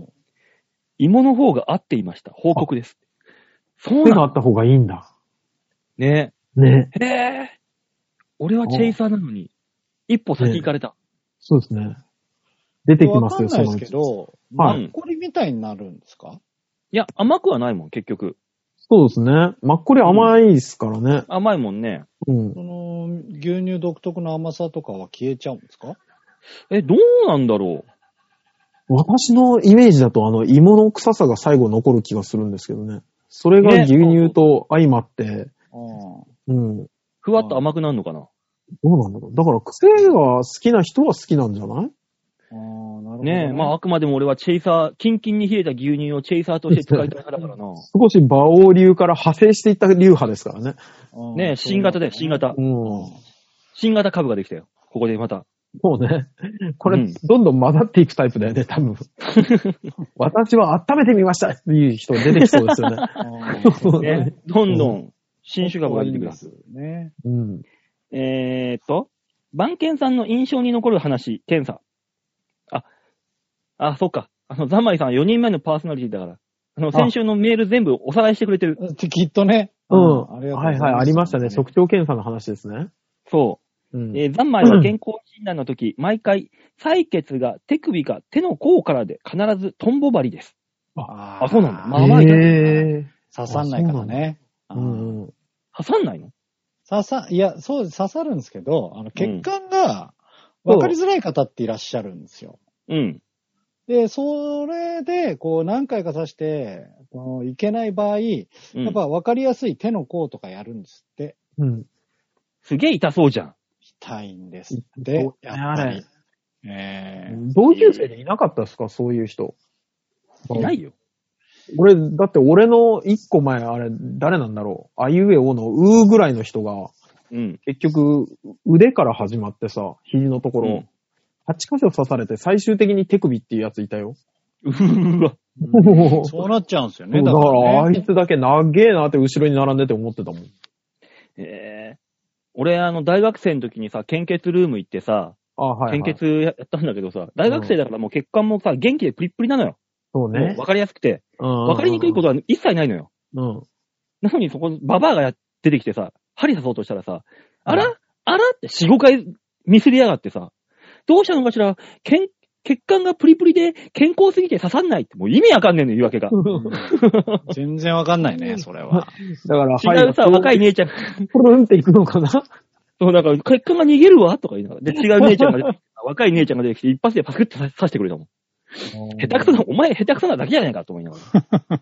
Speaker 2: 芋の方が合っていました。報告です。そうな
Speaker 3: 手が
Speaker 2: の
Speaker 3: あった方がいいんだ。
Speaker 2: ね。
Speaker 3: ね。
Speaker 2: へえ。俺はチェイサーなのに、一歩先行かれた。
Speaker 3: そうですね。出てき
Speaker 4: わ
Speaker 3: ま
Speaker 4: か
Speaker 3: す
Speaker 4: ん
Speaker 3: よ、
Speaker 4: な
Speaker 3: そ
Speaker 4: い
Speaker 3: の
Speaker 4: です
Speaker 3: う
Speaker 4: け
Speaker 3: ち。
Speaker 4: ど、
Speaker 3: はい
Speaker 4: マッコリみたいになるんですか
Speaker 2: いや、甘くはないもん、結局。
Speaker 3: そうですね。マッコリ甘いですからね。
Speaker 2: 甘いもんね。
Speaker 3: うん。
Speaker 4: その、牛乳独特の甘さとかは消えちゃうんですか
Speaker 2: え、どうなんだろ
Speaker 3: 私のイメージだと、あの、芋の臭さが最後残る気がするんですけどね。それが
Speaker 2: ね
Speaker 3: 牛乳と相まって、
Speaker 4: ああ。
Speaker 3: うん。ど
Speaker 2: うふわっと甘くなるのかな
Speaker 3: うなんだろう。だから、癖が好きな人は好きなんじゃない
Speaker 4: ああ、なるほど、
Speaker 2: ねえ、まあ、
Speaker 4: あ、
Speaker 2: あくまでも俺はチェイサー、キンキンに冷えた牛乳をチェイサーとして使いたい派だからな。
Speaker 3: 少し馬王流から派生していった流派ですからね。
Speaker 2: ねえ、新型だよ、新。型
Speaker 3: う。
Speaker 4: うん
Speaker 3: ん。
Speaker 2: 新型株ができたよ。ここでまた。
Speaker 3: そうね。こ
Speaker 2: う
Speaker 3: れ
Speaker 2: ん、
Speaker 3: どんどん混ざっていくタイプだよね、多分。私は温めてみましたっていう人出てきそうですよね。
Speaker 4: ああ
Speaker 2: ね、どんどん新種株が出てくる。
Speaker 4: ね。
Speaker 3: うん。
Speaker 2: えーっと、番犬さんの印象に残る話、検査。あ、あ、そっか。あの、ザマリさん4人目のパーソナリティだから。あの、先週のメール全部おさらいしてくれてる。
Speaker 4: きっとね。
Speaker 3: うん。
Speaker 4: ありがと
Speaker 3: はい
Speaker 4: うござ
Speaker 3: い
Speaker 4: ます
Speaker 3: はい、ありましたね。測定検査の話ですね。
Speaker 2: そうう。
Speaker 3: ん。
Speaker 2: えー、ザンマイは健康診断の時、毎回、採血が手首か手の甲からで必ずトンボ針です。
Speaker 4: あ
Speaker 2: あそうなんだまあ甘
Speaker 3: 甘
Speaker 2: い
Speaker 3: い
Speaker 2: な
Speaker 3: へ
Speaker 4: 刺さんないからね。
Speaker 3: ぇうんうん。
Speaker 2: 挟んないの
Speaker 4: 刺さ、いや、そうです、刺さるんですけど、あの、血管が分かりづらい方っていらっしゃるんですよ。
Speaker 2: うん。
Speaker 4: で、それで、こう、何回か刺して、このいけない場合、や
Speaker 2: うん
Speaker 4: っぱ分かりやすい手の甲とかやるんですって。
Speaker 3: うん。
Speaker 2: すげえ痛そうじゃん。
Speaker 4: 痛いんですって
Speaker 3: そう。
Speaker 4: やっぱり。えー
Speaker 3: 同級生でいなかったですかそういう人。
Speaker 2: いないよ。
Speaker 3: 俺、だって俺の一個前、あれ、誰なんだろう。あいうえおのうーぐらいの人が、
Speaker 2: うん。
Speaker 3: 結局、腕から始まってさ、肘のところ、8箇所刺されて、最終的に手首っていうやついたよ。
Speaker 2: うーわ。
Speaker 3: そう
Speaker 4: そうなっちゃうんですよね。
Speaker 3: だか
Speaker 4: だから
Speaker 3: ら、あ
Speaker 4: ね
Speaker 3: いつだけ長えなって後ろに並んでて思ってたもん。
Speaker 2: えー、俺、あの、大学生の時にさ、献血ルーム行ってさ、
Speaker 3: あ、はい、はい。
Speaker 2: 献血やったんだけどさ、大学生だからもう血管もさ、元気でプリップリなのよ。
Speaker 3: そ
Speaker 2: も
Speaker 3: う
Speaker 2: う
Speaker 3: ね。
Speaker 2: わかりやすくて。わ
Speaker 3: わ
Speaker 2: かりにくいことは一切ないのよ。
Speaker 3: と。うん。
Speaker 2: なのにそこ、ババアがや出てきてさ、針刺そうとしたらさ、あらあらって4、5回ミスりやがってさ、どうしたのかしら、けん血管がプリプリで健康すぎて刺さんないって、もう意味わかんねえの言い訳が。
Speaker 4: 全然わかんないね、それは。
Speaker 3: だから、
Speaker 2: 違うさ、若
Speaker 3: い。
Speaker 2: い姉ちゃん、
Speaker 3: ポロンっていくのかな
Speaker 2: そう、なんか、血管が逃げるわとか言いながら。で、違う姉ちゃんが出てきて、若い姉ちゃんが出てきて、一発でパクッと刺してくれたもん。下手くそな、お前下手くそなだけじゃないかと思いながら。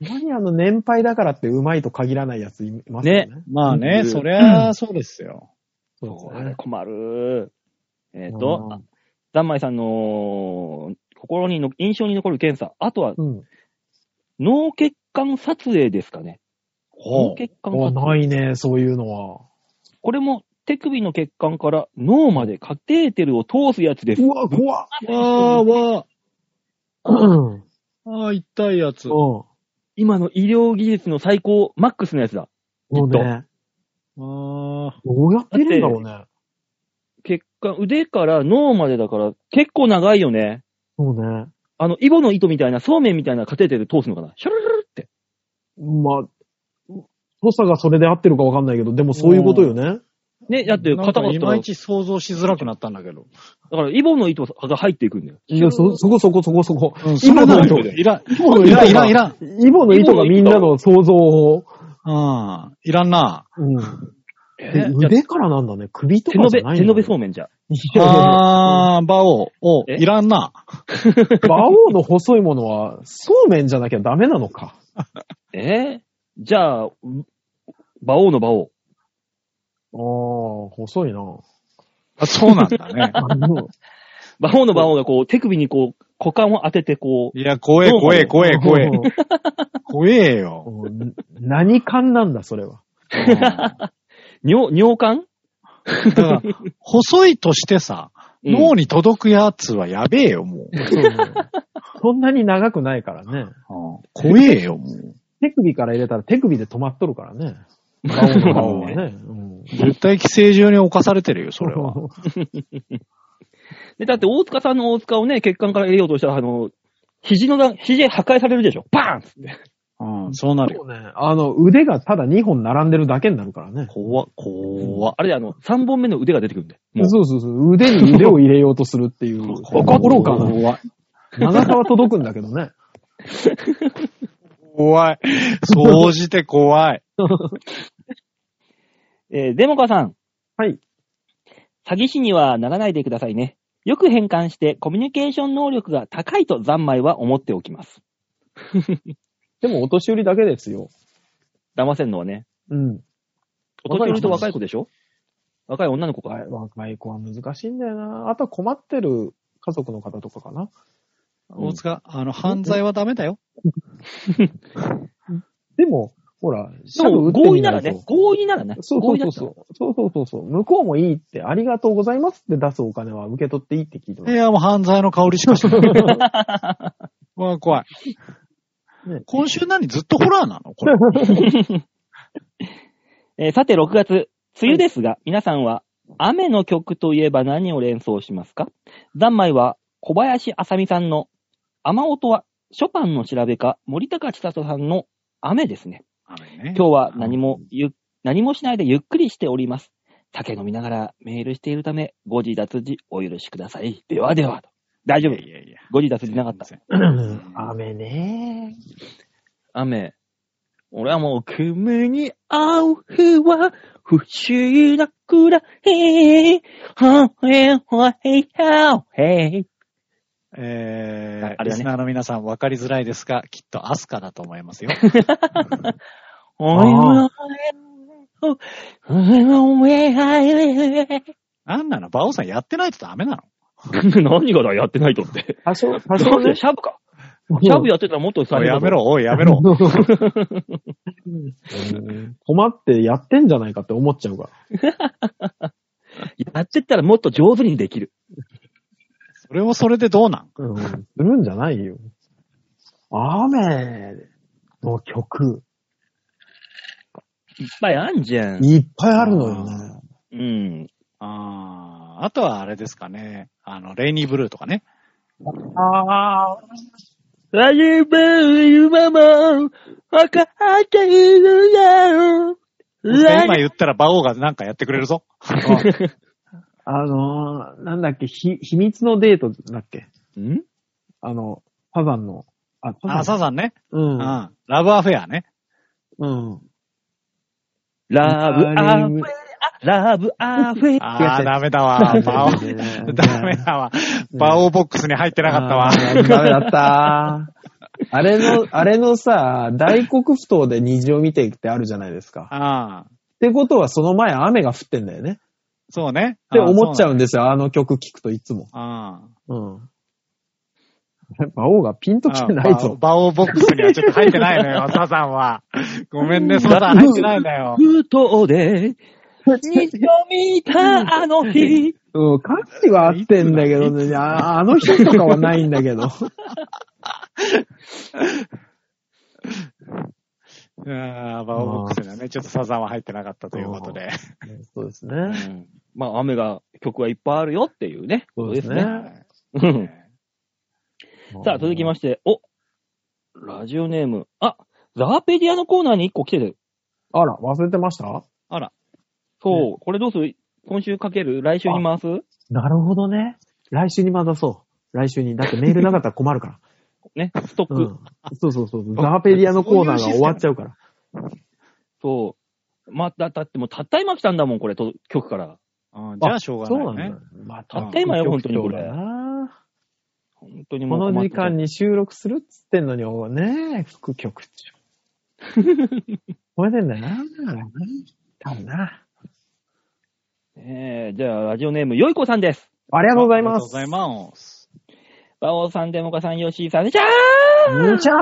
Speaker 3: 何あの、年配だからってうまいと限らないやついますよね。
Speaker 4: まあね、
Speaker 2: うん
Speaker 4: そりゃあそうですよ。
Speaker 2: そう、あれ困る。えっ、ー、
Speaker 3: う
Speaker 2: と
Speaker 3: ん、
Speaker 2: あざんまいさんの心にの、印象に残る検査。あとは、
Speaker 3: うん。
Speaker 2: 脳血管撮影ですかね。脳
Speaker 4: ほ
Speaker 2: 血管
Speaker 3: あ
Speaker 2: 撮
Speaker 3: な
Speaker 2: 影。
Speaker 3: いね、そういうのは。
Speaker 2: これも手首の血管から脳までカテーテルを通すやつです。
Speaker 3: うわ、怖っ。
Speaker 4: う。わーわ
Speaker 3: うん。
Speaker 4: ー、あー痛いやつ。
Speaker 3: そ
Speaker 2: 今の医療技術の最高、マックスのやつだ。
Speaker 3: うね。
Speaker 4: あ
Speaker 3: どうやってるんだろうね。
Speaker 2: 血管、腕から脳までだから、結構長いよね。
Speaker 3: そうね。
Speaker 2: あの、イボの糸みたいな、そうめんみたいなカテーテル通すのかなシュルルルルって。
Speaker 3: まあ、土佐がそれで合ってるかわかんないけど、でもそういうことよね。
Speaker 2: ね、だって
Speaker 4: ー。なん
Speaker 2: 片
Speaker 4: か
Speaker 2: 方
Speaker 4: い
Speaker 2: だ
Speaker 4: ま
Speaker 2: か
Speaker 4: いち想像しづらくなったんだけど。
Speaker 2: らイボの糸が入っていくんだよ。
Speaker 3: いや、そ、そこそこそこそこ。
Speaker 4: それなら
Speaker 3: イボの糸
Speaker 4: いらん。
Speaker 3: イボの
Speaker 4: いらん、い
Speaker 3: 糸
Speaker 4: ら
Speaker 3: が
Speaker 4: ん、いらん。
Speaker 3: イボの糸がみんなの想像を。
Speaker 4: うん。いらんな。
Speaker 3: うん。
Speaker 2: え
Speaker 3: え腕からなんだね。首と
Speaker 2: 手
Speaker 3: か
Speaker 2: 延
Speaker 3: じ
Speaker 2: べ、
Speaker 3: ゃない
Speaker 2: 手延べそうめんじゃ。
Speaker 3: う
Speaker 4: あー、バオ、お、
Speaker 2: え
Speaker 4: いらんな。
Speaker 3: 馬王の細いものは、そうめんじゃなきゃダメなのか。
Speaker 2: えーじゃあ、馬王の馬王。
Speaker 3: ああ、細いな。
Speaker 4: あそうなんだね。
Speaker 3: あの
Speaker 2: 馬王の馬王がこう、手首にこう、股間を当ててこう、
Speaker 4: いや、怖え、
Speaker 2: どうも
Speaker 4: 怖え、怖え、怖え。怖え
Speaker 3: う
Speaker 4: よ。
Speaker 3: んうん何感なんだ、それは。
Speaker 4: うんだ
Speaker 2: 尿、尿管
Speaker 4: から細いとしてさ、
Speaker 2: うん
Speaker 4: 脳に届くやつはやべえよ、もう。
Speaker 3: そんなに長くないからね。
Speaker 4: 怖えよ、もう。
Speaker 3: 手首から入れたら手首で止まっとるからね。馬王の馬王はね。うん
Speaker 4: 絶対寄生上に侵されてるよ、それは。
Speaker 2: で、だって大塚さんの大塚をね、血管から入れようとしたら、あの、肘の段、肘破壊されるでしょバーンっつって。
Speaker 4: うん、そうなるよ。
Speaker 3: そうね。あの、腕がただ2本並んでるだけになるからね。
Speaker 2: 怖っ、怖っあれであの、3本目の腕が出てくるんだよ。もう。
Speaker 3: そうそうそう。腕に腕を入れようとするっていう。 心かな。
Speaker 4: 怖い。
Speaker 3: 長さは届くんだけどね。
Speaker 4: 怖 い。総じて怖い。
Speaker 2: えーデモカさん。
Speaker 3: はい。
Speaker 2: 詐欺師にはならないでくださいね。よく変換してコミュニケーション能力が高いと残米は思っておきます。
Speaker 3: でもお年寄りだけですよ。
Speaker 2: 騙せんのはね。
Speaker 3: うん。
Speaker 2: お年寄りと若い子でしょ若い女の子か。
Speaker 3: 若い子は難しいんだよな。あとは困ってる家族の方とかかな。
Speaker 4: 大塚、あの、犯罪はダメだよ。
Speaker 3: でも、ほら、シ
Speaker 2: で
Speaker 3: ャブ打
Speaker 2: も
Speaker 3: って
Speaker 2: 合
Speaker 3: み
Speaker 2: 意なら
Speaker 3: ないと
Speaker 2: ね。合意ならね。
Speaker 3: そうそ
Speaker 2: 合
Speaker 3: う
Speaker 2: 意だ
Speaker 3: そ
Speaker 2: っ
Speaker 3: う
Speaker 2: たら
Speaker 3: そう。そうそうそうそう。向こうもいいって、ありがとうございますって出すお金は受け取っていいって聞いてま
Speaker 4: い
Speaker 3: す。
Speaker 4: や、もう犯罪の香りしかしない。 怖い、怖い
Speaker 3: ね。
Speaker 4: 今週何ずっとホラーなの これ。
Speaker 2: えーさて、6月、梅雨ですが、皆さんは、雨の曲といえば何を連想しますか残米は、小林あさみさんの、雨音は、ショパンの調べか、森高千里さんの雨ですね。今日は何もゆ、何もしないでゆっくりしております。酒飲みながらメールしているため、誤字脱字お許しください。ではでは。と大丈夫
Speaker 4: い。やいやいや。
Speaker 2: 誤字脱字なかった。
Speaker 4: 全
Speaker 3: 雨ね
Speaker 2: 雨。俺はもう、雲に合う日は、不思議なくらい、はへはへはへ。
Speaker 4: 然。え
Speaker 2: ああれ
Speaker 4: ー、リ
Speaker 2: だね
Speaker 4: スナーの皆さん分かりづらいですが、きっとアスカだと思 いますよ。
Speaker 2: おいはおめはえ。
Speaker 4: なんなのバオさんやってないとダメなの
Speaker 2: 何がだ、やってないとって。
Speaker 3: 多少、多
Speaker 2: そ
Speaker 3: 少
Speaker 2: うね、
Speaker 3: ね。
Speaker 2: シャブか。シャブやってたらもっと
Speaker 4: お
Speaker 2: 大
Speaker 4: い
Speaker 2: 変だ
Speaker 4: や
Speaker 2: ぞ
Speaker 4: め。ろ、おい、やめろ。
Speaker 3: うん困ってやってんじゃないかって思っちゃうから。
Speaker 2: やってったらもっと上手にできる。
Speaker 4: それもそれでどうなん
Speaker 3: うん。するんじゃないよ。雨の曲、
Speaker 2: いっぱいあんじゃん。
Speaker 3: いっぱいあるのよね。
Speaker 2: うん。
Speaker 4: あーあとはあれですかね。あの、レイニーブルーとかね。
Speaker 3: ああ、
Speaker 2: ラジブルママ、わかっているよ。
Speaker 4: 今言ったら馬王がなんかやってくれるぞ。
Speaker 3: あのー、なんだっけ、ひ、秘密のデートだっけ
Speaker 2: ん
Speaker 3: あの、サザンの、あ、サ
Speaker 4: あ、サザンね。
Speaker 3: う。
Speaker 4: うんん。ラブアフェ アね。
Speaker 3: うん。
Speaker 2: ラブアフェ
Speaker 3: ア
Speaker 2: ア、ラブアフェア。
Speaker 4: ああ、ダメだわ。馬王。 ダメだわ。馬王ボックスに入ってなかったわ。
Speaker 3: ダメだった。あれの、あれのさ、大黒不当で虹を見ていくってあるじゃないですか。
Speaker 4: ああ、
Speaker 3: ってことはその前雨が降ってんだよね。
Speaker 4: そうね。
Speaker 3: って思っちゃ
Speaker 4: う。
Speaker 3: うんですよ、あの曲聴くといつも。
Speaker 4: ああ。
Speaker 3: うん。魔王がピンときてないぞ。
Speaker 4: バオボックスにはちょっと入ってない のよ、サザンは。ごめんね、サザン入ってないのよ。
Speaker 2: 封筒で、虹を見たあの日。
Speaker 3: うん、歌詞は合ってんだけど ね、ああの人とかはないんだ けど。
Speaker 4: ああ、バオボックスにはね、ちょっとサザンは入ってなかったということで。
Speaker 3: そうですね。
Speaker 2: まあ、雨が、曲はいっぱいあるよっていうね。
Speaker 3: そうですね
Speaker 2: うんさあ、続きまして、お、ラジオネーム、あ、ザーペディアのコーナーに1個来てる。
Speaker 3: あら、忘れてました
Speaker 2: そう、これどうする今週かける来週に回す
Speaker 3: なるほどね。来週にまだそう。来週に。だってメールなかったら困るから。
Speaker 2: ね、ス トック。
Speaker 3: うん。そうそうそう。ザーペディアのコーナーが終わっちゃうから。
Speaker 2: そまた、だってもうたった今来たんだもん、これ、と局から。
Speaker 4: うんじゃあしょうがないよね。
Speaker 3: だ。まあ、
Speaker 2: たった今よ、本当にこ
Speaker 3: だ
Speaker 2: れ。
Speaker 3: な。
Speaker 2: 本当にも
Speaker 3: こ
Speaker 2: う困
Speaker 3: の
Speaker 2: っ
Speaker 3: 時
Speaker 2: た
Speaker 3: 間に収録するっつってんのに、おねえ、副局長。これでんだな。多分な。
Speaker 2: ねえじゃあ、ラジオネーム、よいこさんです。
Speaker 3: ありがとうござい
Speaker 4: ありが
Speaker 3: ま
Speaker 4: とう
Speaker 3: す
Speaker 4: ご。ざいます。
Speaker 2: バオさん、デモカさん、ヨッシーさん、じゃ
Speaker 3: むちゃ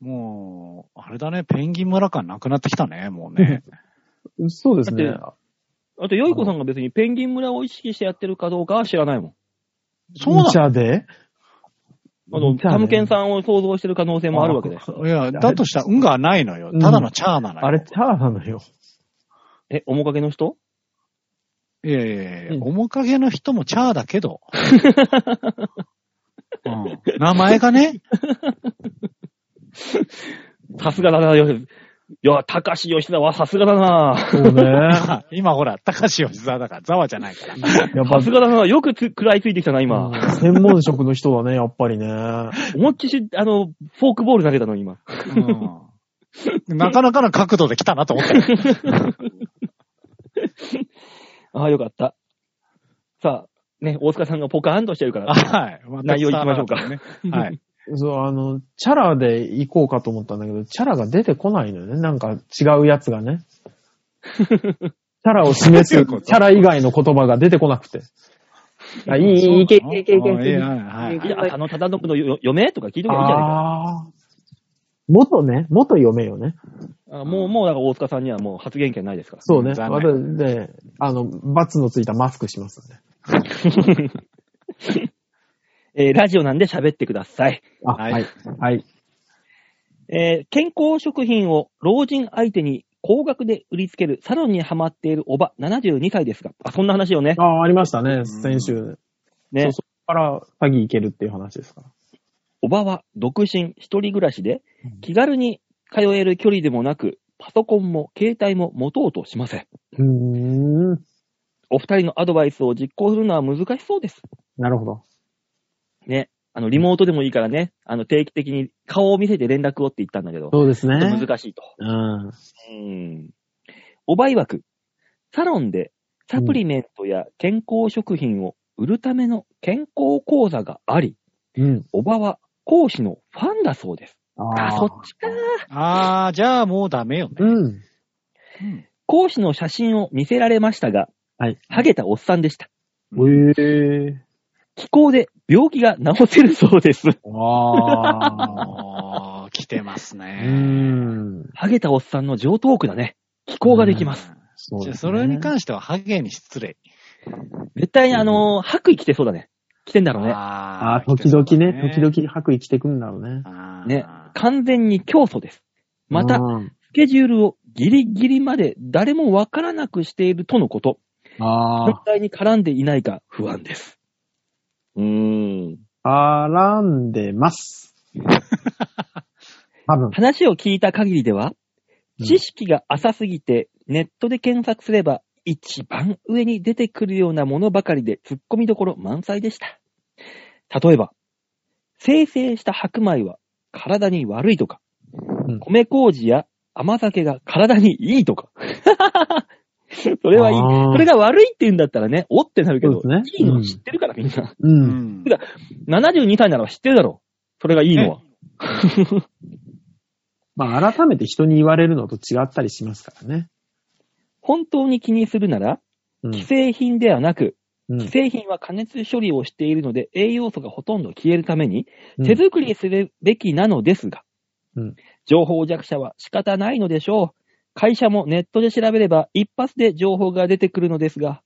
Speaker 4: もう、あれだね、ペンギン村感なくなってきたね、も うね。
Speaker 3: そうですね
Speaker 2: だ。あと、よいこさんが別にペンギン村を意識してやってるかどうかは知らないも
Speaker 4: そうな
Speaker 3: む
Speaker 4: の
Speaker 3: ちゃで
Speaker 2: ん。あの、
Speaker 3: じゃあね
Speaker 2: タムケンさんを想像してる可能性もあるわけです。
Speaker 4: いや、だとしたら、運がないのよ。ただのチャーなのよ。
Speaker 3: あれ、チャーなのよ。
Speaker 2: え、面影の人
Speaker 4: いやいやいや、
Speaker 3: うん
Speaker 4: 面影の人もチャーだ けど。うん名前がね、
Speaker 2: さすがだな、よし。いや、高橋吉田はさすがだな。
Speaker 3: そうね。や
Speaker 4: あ今ほら、高橋吉沢だから、ざわじゃないから。
Speaker 3: っぱ
Speaker 2: さ、すがだな。よくつ食らいついてきたな、今。
Speaker 3: うん専門職の人はね、やっぱりね。
Speaker 2: 思いっきし、あの、フォークボール投げたの、今。
Speaker 4: うんなかなかの角度で来たなと思ったよ。
Speaker 2: ああ、よかった。さあ、ね、大塚さんがポカーンとしてる から。
Speaker 4: はい。
Speaker 2: 内容行きましょうか
Speaker 4: 全く伝わらなかっ
Speaker 3: そう、あの、チャラで行こうかと思ったんだけど、チャラが出てこないのよね。なんか違うやつがね。チャラを示
Speaker 4: どうい
Speaker 3: す、
Speaker 4: うこと
Speaker 3: チャラ以外の言葉が出てこなくて。あいい、いい、いけ、いけ、いけ、いけ。
Speaker 4: たね。はい。はい
Speaker 2: いや、あの、忠信のよ嫁とか聞いとけばいいじゃないか。
Speaker 3: ああ。元ね、元嫁よね。
Speaker 2: あもう、もう、だから大塚さんにはもう発言権ないですから。
Speaker 3: そうね。
Speaker 4: 残
Speaker 3: 私で、あの、バツのついたマスクしますね。
Speaker 2: えーラジオなんで喋ってください。
Speaker 3: あ、
Speaker 4: は
Speaker 3: はいい。はい。
Speaker 2: えー健康食品を老人相手に高額で売りつけるサロンにハマっているおば72歳ですが、あ、そんな話をね
Speaker 3: あ。あ、ありましたね。先週。
Speaker 2: ね
Speaker 3: そうそこから詐欺行けるっていう話ですから。
Speaker 2: おばは独身一人暮らしで、気軽に通える距離でもなく、パソコンも携帯も持とうとしません。
Speaker 3: うーん。
Speaker 2: お二人のアドバイスを実行するのは難しそうです。
Speaker 3: なるほど。
Speaker 2: ね。あの、リモートでもいいからね、あの、定期的に顔を見せて連絡をって言ったんだけど、
Speaker 3: そうです
Speaker 2: ちょっ
Speaker 3: ね
Speaker 2: と。難しいと。
Speaker 3: うん。
Speaker 2: うん。おばい枠。サロンでサプリメントや健康食品を売るための健康講座があり、
Speaker 3: うん。
Speaker 2: おばは講師のファンだそうです。あ
Speaker 3: ー
Speaker 2: そっちか。
Speaker 4: あー、じゃあもうダメよね。
Speaker 3: うん。
Speaker 2: 講師の写真を見せられましたが、
Speaker 3: はい。
Speaker 2: ハゲたおっさんでした。
Speaker 3: ええ
Speaker 2: 気候で病気が治せるそう です。
Speaker 3: ああ。
Speaker 4: あー、来てます
Speaker 3: う
Speaker 4: ね。
Speaker 3: ん。
Speaker 2: ハゲたおっさんの上トークだね。気候ができます。
Speaker 3: そ
Speaker 4: じゃあ、
Speaker 3: です
Speaker 4: そ
Speaker 3: ね
Speaker 4: れに関しては、ハゲに失礼。
Speaker 2: 絶対にあのー、白衣着てそうだね。着てんだろうね。
Speaker 4: あ
Speaker 3: ああ、時々ね、時々白衣着てくんだろうね。
Speaker 4: 々
Speaker 2: ね完全に競争です。また、
Speaker 3: うん
Speaker 2: スケジュールをギリギリまで誰もわからなくしているとのこと、
Speaker 3: あ
Speaker 2: 反
Speaker 3: あ。
Speaker 2: 対に絡んでいないか不安です。うーん。
Speaker 3: 絡んで ます。多分。
Speaker 2: 話を聞いた限りでは、
Speaker 3: うん
Speaker 2: 知識が浅すぎてネットで検索すれば一番上に出てくるようなものばかりで突っ込みどころ満載でした。例えば、生成した白米は体に悪いとか、
Speaker 3: うん
Speaker 2: 米麹や甘酒が体にいいとか。 それはいい
Speaker 3: あー
Speaker 2: それが悪いって言うんだったらね、おってなるけど、
Speaker 3: そうです
Speaker 2: い
Speaker 3: ね
Speaker 2: いのは知ってるからみんな。
Speaker 3: う。
Speaker 4: うんん。
Speaker 2: 72歳なら知ってるだろう。それがいいのは。
Speaker 3: まあ、改めて人に言われるのと違ったりしますからね。
Speaker 2: 本当に気にするなら、
Speaker 3: う
Speaker 2: 既
Speaker 3: ん。
Speaker 2: 製品ではなく、
Speaker 3: うん
Speaker 2: 既製品は加熱処理をしているので栄養素がほとんど消えるために
Speaker 3: うん
Speaker 2: 手作りするべきなのですが、
Speaker 3: うん
Speaker 2: 情報弱者は仕方ないのでしょう。会社もネットで調べれば一発で情報が出てくるのですが、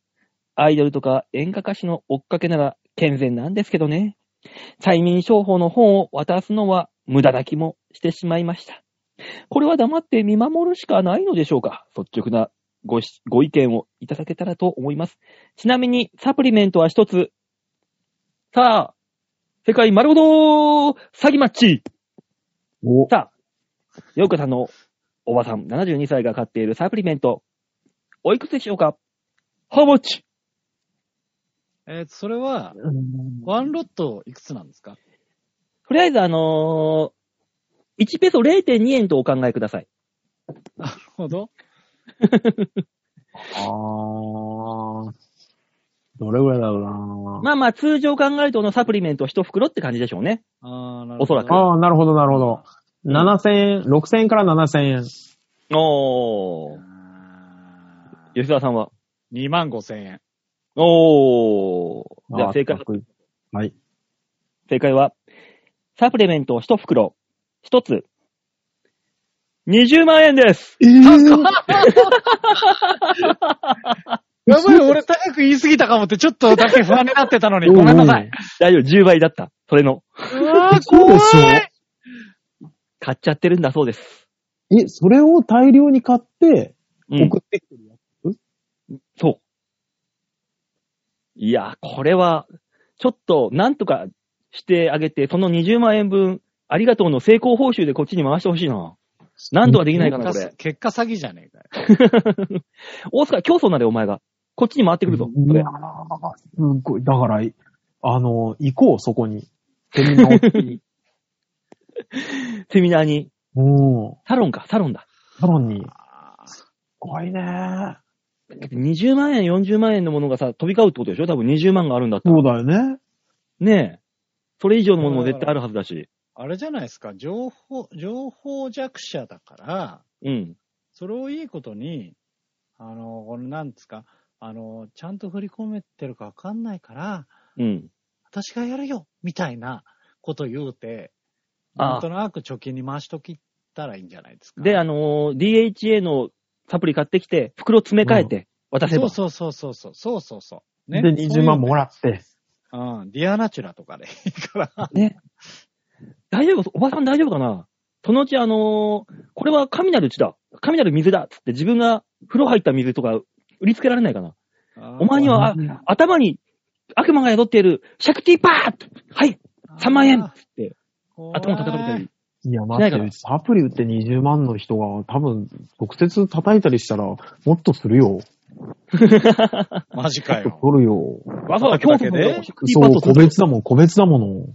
Speaker 2: アイドルとか演歌歌手の追っかけなら健全なんですけどね。催眠商法の本を渡すのは無駄な気もしてしまいました。これは黙って見守るしかないのでしょうか率直なごしご意見をいただけたらと思います。ちなみに、サプリメントは一つ。さあ、世界丸ごと詐欺マッチ
Speaker 3: お
Speaker 2: さあ、ヨーコさんのおばさん、72歳が買っているサプリメント、おいくつでしょうかハウォッチ
Speaker 4: えーそれは、
Speaker 3: うん
Speaker 4: ワンロットいくつなんですか
Speaker 2: とりあえず、あのー、1ペソ0.2円とお考えください。
Speaker 4: ほど。
Speaker 3: あー。どれぐらいだろうな、
Speaker 2: まあまあ、通常考えるとのサプリメント一袋って感じでしょうね。
Speaker 4: あー、なるほど。
Speaker 2: おそらく
Speaker 3: あー、なるほど、なるほど。7000円、6000円から7000円。
Speaker 2: おー。吉沢さんは
Speaker 4: 2万5千円。
Speaker 2: おー。じゃあ正解
Speaker 3: ー、高いはい。
Speaker 2: 正解は、サプリメント一袋、一つ、20万円です。
Speaker 4: やばい、俺高く言い過ぎたかもって、ちょっとだけ不安になってたのに、ごめんなさい。
Speaker 2: 大丈夫、10倍だった。それの、
Speaker 4: うわー、
Speaker 3: そう
Speaker 4: 怖
Speaker 3: でしょ
Speaker 4: い。
Speaker 2: 買っちゃってるんだそうです。
Speaker 3: え、それを大量に買って、
Speaker 2: うん
Speaker 3: 送ってくるや
Speaker 2: そう。いや、これは、ちょっと、なんとかしてあげて、その20万円分、ありがとうの成功報酬でこっちに回してほしいな。
Speaker 3: つ。
Speaker 2: 何度はできないかな、こ
Speaker 4: 結
Speaker 2: れ
Speaker 4: 果。結果詐欺じゃねえかよ。
Speaker 2: 大塚、競争なで、お前が。こっちに回ってくるぞ。そ
Speaker 3: い
Speaker 2: れ
Speaker 3: やーすごい。だから、あの、行こう、そこ に。セミナーを聞きに
Speaker 2: セミナーに、
Speaker 3: うん。
Speaker 2: サロンか、サロンだ。
Speaker 3: サロンに。すごいねー。
Speaker 2: だって20万円、40万円のものがさ、飛び交うってことでしょ多分20万があるんだった
Speaker 3: そ
Speaker 2: ら
Speaker 3: う。だよね。
Speaker 2: ねえ。それ以上のものも絶対あるはずだし。
Speaker 4: あれじゃないですか、情報、情報弱者だから、
Speaker 2: うん。
Speaker 4: それをいいことに、あの、このなんですか、あの、ちゃんと振り込めてるかわかんないから、
Speaker 2: うん。
Speaker 4: 私がやるよみたいなこと言うて、
Speaker 2: ああ
Speaker 4: なんとなく貯金に回しときたらいいんじゃないですか。
Speaker 2: で、あのー DHA のサプリ買ってきて、袋詰め替えて渡せ
Speaker 4: そ
Speaker 2: ば。
Speaker 4: うそうそうそうそう、そうそうそう。
Speaker 3: で、20万も
Speaker 4: ら
Speaker 3: らって。
Speaker 4: うん、ディアナチュラとかでいい から。
Speaker 2: ね。大丈夫おばさん大丈夫かなそのうち、あのーこれは神なる血だ。神なる水だ。つって自分が風呂入った水とか売りつけられないかな。お前にはあ頭に悪魔が宿っている、シャクティパーッはい、3万円つって、頭叩かれたり。
Speaker 3: いや、
Speaker 2: しな
Speaker 3: 待
Speaker 2: い
Speaker 3: っ
Speaker 2: から
Speaker 3: て、サプリ売って20万の人が多分、直接叩いたりしたら、もっとするよ。
Speaker 4: マジかよ。
Speaker 3: 取るよ。
Speaker 2: わざわざ
Speaker 4: 叩
Speaker 2: 競
Speaker 4: くだけ
Speaker 2: 争
Speaker 4: で
Speaker 2: シャクティパ
Speaker 3: そう、個
Speaker 2: ー
Speaker 3: 別だもん、個別だもの。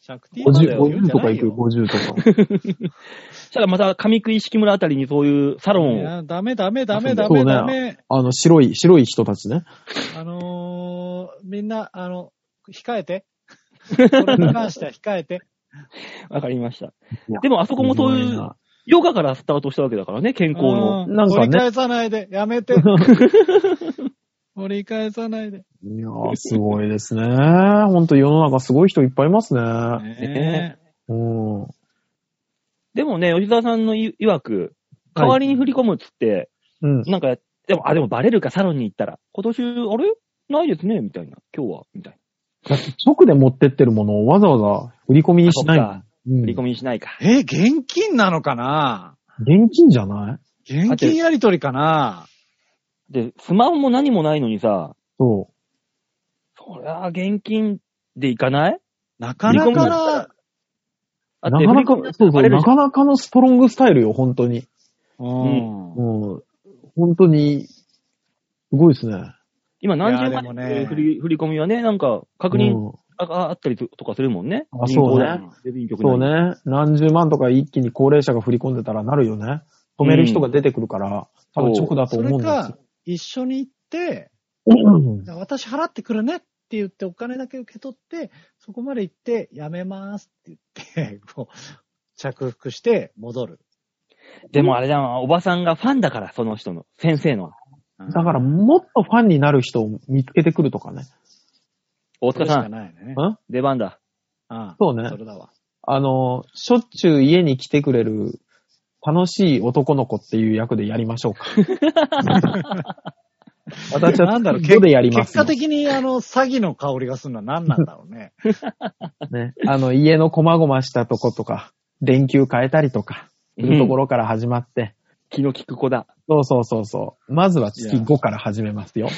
Speaker 4: シャクティーマンだ
Speaker 3: 50、
Speaker 4: よ。言うん
Speaker 3: 50
Speaker 4: じゃ
Speaker 3: と
Speaker 4: な
Speaker 3: か
Speaker 4: い
Speaker 3: いくよ、
Speaker 4: よ
Speaker 3: 50とか。
Speaker 2: そしたらまた上食い式村あたりにそういうサロ
Speaker 4: い
Speaker 2: ンを。
Speaker 4: や、ダメダメダメダ
Speaker 3: そう
Speaker 4: メ
Speaker 3: ね
Speaker 4: ダメ。
Speaker 3: あの、白い、白い人たちね。
Speaker 4: あのー、みんな、あの、控 えて。これに関しては控えて。
Speaker 2: わかりました
Speaker 3: いや。
Speaker 2: でもあそこもそういう、ヨガからスタートしたわけだからね、健康の。
Speaker 4: うん
Speaker 3: なんかね
Speaker 4: 折り返さないで。やめ て。折り返さないで。
Speaker 3: いやー、すごいですね。ほんと世の中すごい人いっぱいいますね。
Speaker 4: ねえ
Speaker 3: うん。
Speaker 2: でもね、吉沢さんのい曰く、代わりに振り込むっつって、
Speaker 3: うん。
Speaker 2: なんかや、でも、あ、でもバレるか、サロンに行ったら。今年、あれないですね、みたいな。今日は、みたい
Speaker 3: だって直で持ってってるものをわざわざ売り込みに
Speaker 2: な。
Speaker 3: しない。
Speaker 2: そっか
Speaker 3: うん
Speaker 2: 振り込みにしないか。
Speaker 4: え、現金なのかな
Speaker 3: 現金じゃない
Speaker 4: 現金やり取りかな
Speaker 2: で、スマホも何もないのにさ、
Speaker 3: そ
Speaker 2: そりゃ、現金で行かない
Speaker 4: なかな
Speaker 2: 振り込
Speaker 4: か
Speaker 2: むの
Speaker 4: な、
Speaker 2: あ
Speaker 3: う。なかなか、そうそう、な
Speaker 2: じゃん
Speaker 3: かなかのストロングスタイルよ、本当に。
Speaker 4: うん
Speaker 3: うん。本当に、すごいですね。
Speaker 2: 今何十
Speaker 4: いやで
Speaker 2: 万
Speaker 4: も
Speaker 2: 円
Speaker 4: ね
Speaker 2: 振り振り込みはね、なんか、確認
Speaker 3: うん
Speaker 2: あ,、あったりとかするもんね。
Speaker 3: あ
Speaker 2: 銀行だ
Speaker 3: そう
Speaker 2: の郵便局なり
Speaker 3: そうね。何十万とか一気に高齢者が振り込んでたらなるよね。止める人が出てくるから、
Speaker 2: うん
Speaker 3: 多分直だと
Speaker 4: それ
Speaker 3: 思うんです
Speaker 4: か
Speaker 3: よ。、
Speaker 4: 一緒に行って、
Speaker 3: うん
Speaker 4: 私払ってくるねって言ってお金だけ受け取って、そこまで行って、やめますって言って、こう、着服して戻る。
Speaker 2: でもあれだな、おばさんがファンだから、その人の、先生の。
Speaker 3: だから、もっとファンになる人を見つけてくるとかね。
Speaker 2: 大
Speaker 4: それ
Speaker 2: 塚
Speaker 4: し
Speaker 2: さ
Speaker 4: か
Speaker 2: ん、
Speaker 4: ないね。
Speaker 3: ん
Speaker 2: 出番だ。
Speaker 4: ああ
Speaker 3: そうね
Speaker 4: それだわ。
Speaker 3: あの、しょっちゅう家に来てくれる楽しい男の子っていう役でやりましょう か。私は、
Speaker 4: なんだろう、
Speaker 3: どこでやります
Speaker 4: 結果的に、あの、詐欺の香りがするのは何なんだろうね。
Speaker 3: ね。あの、家のこまごましたとことか、電球変えたりとか、いうところから始まって、
Speaker 2: 気の利く子だ。
Speaker 3: そうそうそうそう。まずは月
Speaker 4: いや
Speaker 3: 5から始めますよ。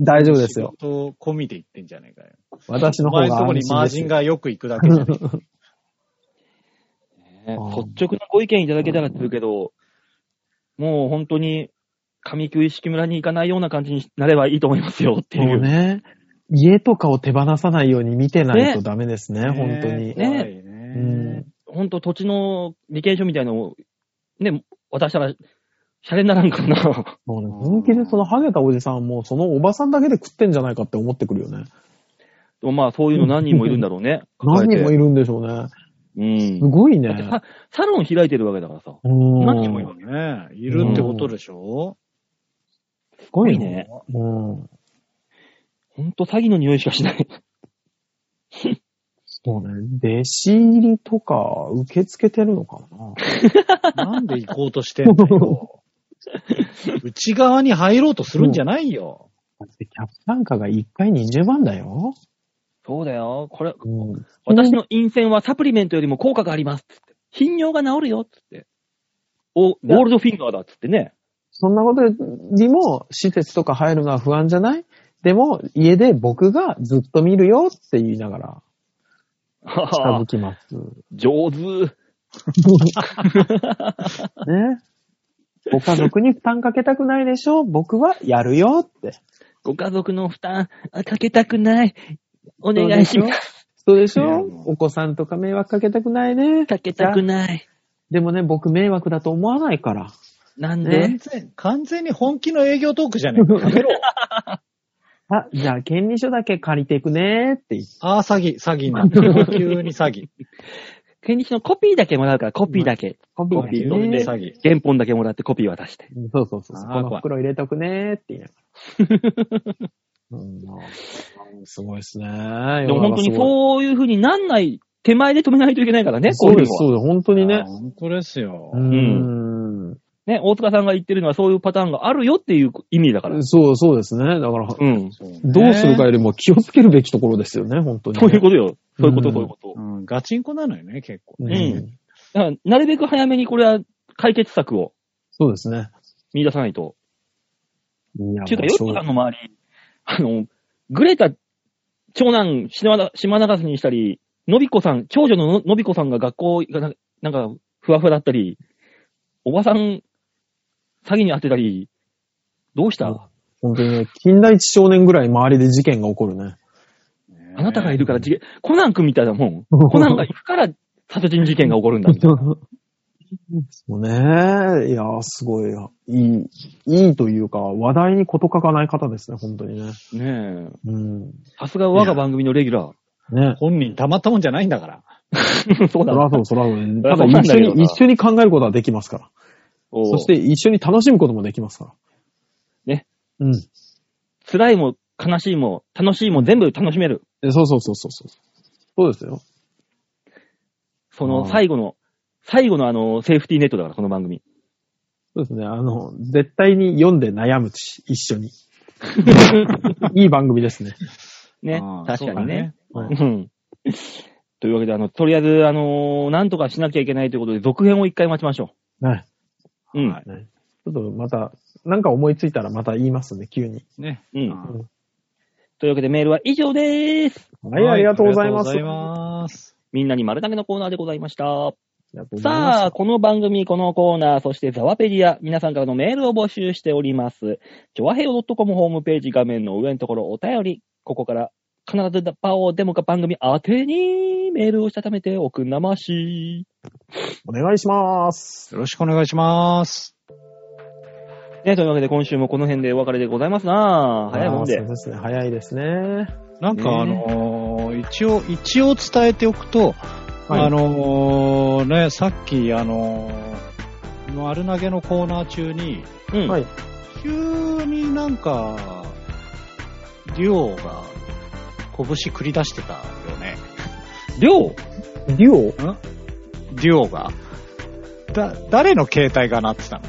Speaker 3: 大丈夫ですよ。
Speaker 4: 仕事込みで言ってんじゃねえかよ。
Speaker 3: 私の
Speaker 4: お
Speaker 3: 方
Speaker 4: 前のと
Speaker 3: が
Speaker 4: こ
Speaker 3: 安
Speaker 4: に
Speaker 3: 心で
Speaker 4: マージ
Speaker 3: す
Speaker 4: ン
Speaker 3: よ。
Speaker 4: がよく行くだけじゃねえか。
Speaker 2: ね
Speaker 3: あー
Speaker 2: 率直なご意見いただけたらって言うけど、もう本当に、上級意識村に行かないような感じになればいいと思いますよってい
Speaker 3: そう
Speaker 2: う。
Speaker 3: ね。家とかを手放さないように見てないとダメですね、 本当
Speaker 4: ね
Speaker 3: に。
Speaker 4: 怖い
Speaker 2: ね
Speaker 4: ね
Speaker 3: うん
Speaker 2: 本当土地の利権書みたいなのを、ね、渡したら、シャレにならんかな。
Speaker 3: もうね、本気でそのハゲたおじさんも、そのおばさんだけで食ってんじゃないかって思ってくるよね。
Speaker 2: でもまあ、そういうの何人もいるんだろうね。
Speaker 3: 何人もい
Speaker 2: る。
Speaker 3: るんでしょうね。
Speaker 2: うん
Speaker 3: す。ごいね
Speaker 2: だっ。てさサロン開いてるわけだからさ。
Speaker 3: 何
Speaker 2: 何人もいる
Speaker 4: ねいるってことでしょ
Speaker 3: すごい
Speaker 2: すごい
Speaker 3: ね
Speaker 2: ね。
Speaker 3: うん。
Speaker 2: ほんと詐欺の匂いしかしない。
Speaker 3: そうね。弟子入りとか受け付けてるのかな
Speaker 4: なんで行こうとしてんだよ。内側に入ろうとするんじゃないよ。
Speaker 3: だってキャップなんかが1回20万だよ。
Speaker 2: そうだよ。これ、
Speaker 3: うん。
Speaker 2: 私の陰線はサプリメントよりも効果があります。つって。頻尿が治るよ。つって。お、ゴールドフィンガーだ。つってね。
Speaker 3: そんなことよりも、施設とか入るのは不安じゃないでも、家で僕がずっと見るよって言いながら、近づきます。
Speaker 2: 上手。
Speaker 3: ね。ご家族に負担かけたくないでしょ僕はやるよって。
Speaker 2: ご家族の負担、あかけたくない。お願いします。
Speaker 3: そうでしょ
Speaker 4: いや
Speaker 3: お子さんとか迷惑かけたくないね。
Speaker 2: かけたくない。
Speaker 3: でもね、僕迷惑だと思わないから。
Speaker 2: なんで、
Speaker 4: 完全、完全に本気の営業トークじゃねえか。やめろ。
Speaker 3: あ、じゃあ、権利書だけ借りていくねーって言って。
Speaker 4: ああ、詐欺、詐欺に なった。急に詐欺。
Speaker 2: 権利書のコピーだけもらうから、コピーだけ。
Speaker 3: コ
Speaker 2: コピー
Speaker 4: コ
Speaker 2: 飲
Speaker 4: ピ
Speaker 2: ん
Speaker 4: ー
Speaker 2: で、
Speaker 4: 詐欺
Speaker 2: 原本だけもらってコピー渡して。
Speaker 3: うんそうそうそうそう。
Speaker 4: あー
Speaker 3: この袋入れとくねーって言いなが ら。うんまあすごいですね。
Speaker 2: でも本当に
Speaker 3: 世の中すごい
Speaker 2: そういう風になんない手前で止めないといけないからね、こういう
Speaker 3: そ
Speaker 2: う
Speaker 3: で
Speaker 2: の
Speaker 3: す、
Speaker 2: は
Speaker 3: そうです。本当にね
Speaker 4: あー。本当ですよ
Speaker 3: う。ん。
Speaker 2: ね、大塚さんが言ってるのはそういうパターンがあるよっていう意味だから。
Speaker 3: そう、そうですね。だから、
Speaker 2: うん。
Speaker 4: そうね
Speaker 3: どうするかよりも気をつけるべきところですよね、本当に。
Speaker 2: そういうことよ。そういうこ
Speaker 3: う
Speaker 2: と、
Speaker 3: ん
Speaker 2: そういうこと
Speaker 4: う。ん、ガチンコなのよね、結構。
Speaker 3: う
Speaker 2: うん
Speaker 3: ん。
Speaker 2: だからなるべく早めにこれは解決策を
Speaker 3: そうですね。
Speaker 2: 見出さないと。
Speaker 3: いや
Speaker 2: ちゅうか、
Speaker 3: も
Speaker 2: ヨッ
Speaker 3: うしょう
Speaker 2: トさんの周り、あの、グレタ、長男、島な島流しにしたり、のびこさん、長女のののびこさんが学校がななんか、ふわふわだったり、おばさん、詐欺に当てたり、どうした、
Speaker 3: うん本当にね、近代一少年ぐらい周りで事件が起こ るね。
Speaker 2: あなたがいるから事件、コナン君みたいなも ん。コナンが行くから殺人事件が起こるんだみたいな。
Speaker 3: そうね。いやー、すごい、いい、いいというか、話題に事欠かない方ですね、本当にね。
Speaker 2: ねえ。
Speaker 3: うん。
Speaker 2: さすが我が番組のレギュラ
Speaker 3: ね。
Speaker 4: 本人たまったもんじゃないんだから。
Speaker 2: ー。そう
Speaker 3: そ
Speaker 2: だ
Speaker 3: ら
Speaker 2: な。
Speaker 3: そう、そらそう。
Speaker 2: そら
Speaker 3: ただ
Speaker 2: そうなん
Speaker 3: 一
Speaker 2: だ
Speaker 3: 緒
Speaker 2: けどな
Speaker 3: に、一緒に考えることはできますから。
Speaker 2: そ
Speaker 3: そして、一緒に楽しむこともできますから。
Speaker 2: ね。
Speaker 3: うん。
Speaker 2: 辛いも悲しいも楽しいも全部楽しめる。
Speaker 3: えそうそうそうそうそう。そうですよ。
Speaker 2: そ
Speaker 3: あ
Speaker 2: の
Speaker 3: ー
Speaker 2: 最後の、最後のあの、セーフティーネットだから、この番組。
Speaker 3: そうですね。あの、絶対に読んで悩むし、一 緒に。いい番組ですね。
Speaker 2: ね
Speaker 4: あ。ー
Speaker 2: 確かにね。。
Speaker 4: そうだ
Speaker 2: うん。 というわけで、あの、とりあえず、あのーなんとかしなきゃいけないということで、続編を一回待ちましょ
Speaker 3: はい。
Speaker 2: う。うん。
Speaker 4: はい
Speaker 3: ちょっとまた、なんか思いついたらまた言いますね、急に。
Speaker 4: ね。
Speaker 2: うん
Speaker 4: あー
Speaker 2: というわけで、メールは以上でーす。
Speaker 3: はい、ありがとうございます。
Speaker 4: ありがとうございます。
Speaker 2: みんなに丸投げのコーナーでございました。
Speaker 3: ありがとうございます
Speaker 2: さあ、この番組、このコーナー、そしてザワペディア、皆さんからのメールを募集しております。ちょわへよ .com ホームページ画面の上のところお便り、ここから必ずパオデモか番組宛てにメールをしたためておくんなまし。
Speaker 3: お願いします。
Speaker 4: よろしくお願いします。
Speaker 2: ね、というわけで今週もこの辺でお別れでございますな早いもん
Speaker 3: あー
Speaker 2: で
Speaker 3: そう。ですね、早いですね。
Speaker 4: なんか
Speaker 2: ね
Speaker 4: あのー一応、一応伝えておくと、
Speaker 3: はい
Speaker 4: あのーね、さっき、あのー丸投げのコーナー中に、
Speaker 2: うん。
Speaker 3: はい
Speaker 4: 急になんか、デュオが、拳繰り出してたよね。
Speaker 2: りょう
Speaker 3: デュオ
Speaker 4: デュオが。だ、誰の携帯が鳴ってたの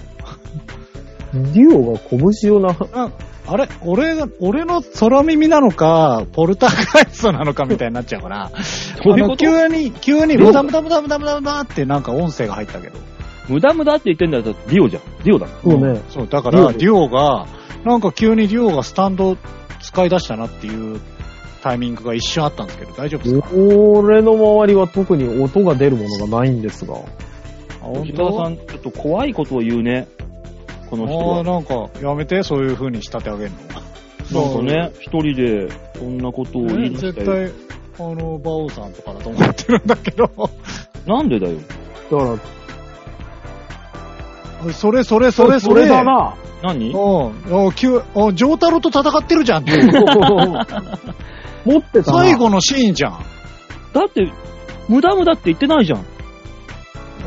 Speaker 3: デュオが拳をな、
Speaker 4: なあれ俺が、俺の空耳なのか、ポルターガイストなのかみたいになっちゃうから。
Speaker 2: どういうこ
Speaker 4: あの
Speaker 2: と
Speaker 4: 急に、急に、
Speaker 2: どう
Speaker 4: ムダムダムダムダムダムダってなんか音声が入ったけど。
Speaker 2: 無駄無駄って言ってんだよ。ディオじゃん。ディオだ。
Speaker 3: そうね。
Speaker 4: そう、だか
Speaker 3: デュオ
Speaker 4: ら、デュオが、なんか急にデュオがスタンド使い出したなっていうタイミングが一瞬あったんですけど、大丈夫ですか
Speaker 3: 俺の周りは特に音が出るものがないんですが。
Speaker 4: あ、
Speaker 2: 吉川さん、ちょっと怖いことを言うね。この人
Speaker 4: あ
Speaker 2: は
Speaker 4: あ、。なんか、やめて、そういう風に仕立て上げるの。
Speaker 2: なんかね、一人でそんなことを言い
Speaker 4: ね
Speaker 2: 出
Speaker 4: 絶
Speaker 2: したよ。
Speaker 4: 対、あの、馬王さんとかだと思ってるんだけど。
Speaker 2: なんでだよ。
Speaker 3: だから、
Speaker 4: それそれそれそれ。
Speaker 3: だな。
Speaker 2: 何
Speaker 4: うん。お、急、お、ジョータロと戦ってるじゃんって いう。
Speaker 3: 持ってたな。
Speaker 4: 最後のシーンじゃん。
Speaker 2: だって、無駄無駄って言ってないじゃん。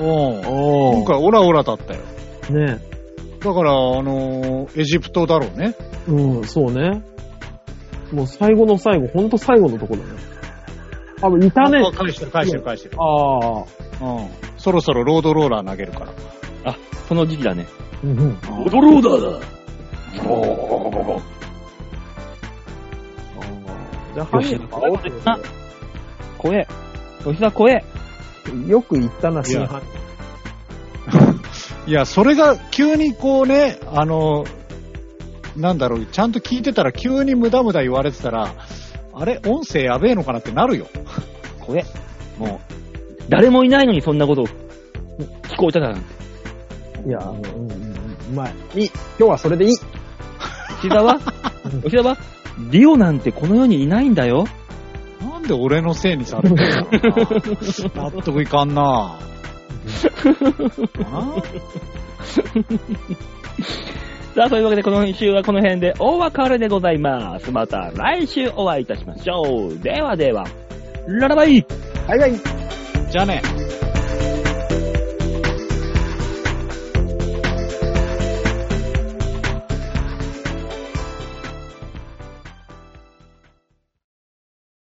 Speaker 4: うん。
Speaker 3: お
Speaker 4: 今
Speaker 3: ー。
Speaker 4: 回オラオラだったよ。
Speaker 3: ね
Speaker 4: だから、あのーエジプトだろうね。
Speaker 3: うん、そうね。もう最後の最後、ほんと最後のとこだね。あ、もういたね。
Speaker 4: あ返してる返してる返してる。
Speaker 3: ああ。
Speaker 4: うん。そろそろロードローラー投げるから。
Speaker 2: あ、その時期だね。
Speaker 3: うん。
Speaker 2: オドローダーだ。
Speaker 3: じゃあ、犯人
Speaker 2: あ
Speaker 3: 煽ってことで
Speaker 2: 怖え。吉田怖え。
Speaker 3: よく言ったな、真犯
Speaker 4: いや、それが急にこうね、あのなんだろう、ちゃんと聞いてたら急に無駄無駄言われてたら、あれ音声やべえのかなってなるよ。
Speaker 2: 怖え。もう、誰もいないのにそんなことを聞こえたから。
Speaker 3: 人。いや、あのうんうんうん。まあ、いい。今日はそれでいい。
Speaker 2: 吉田は吉田はディオなんてこの世にいないんだよ。
Speaker 4: なんで俺のせいにされてるのかな納得いかんなな
Speaker 2: さあ、そういうわけでこの週はこの辺でお別れでございます。また来週お会いいたしましょう。ではでは、ララバイ
Speaker 3: はいはい。
Speaker 4: じゃあね。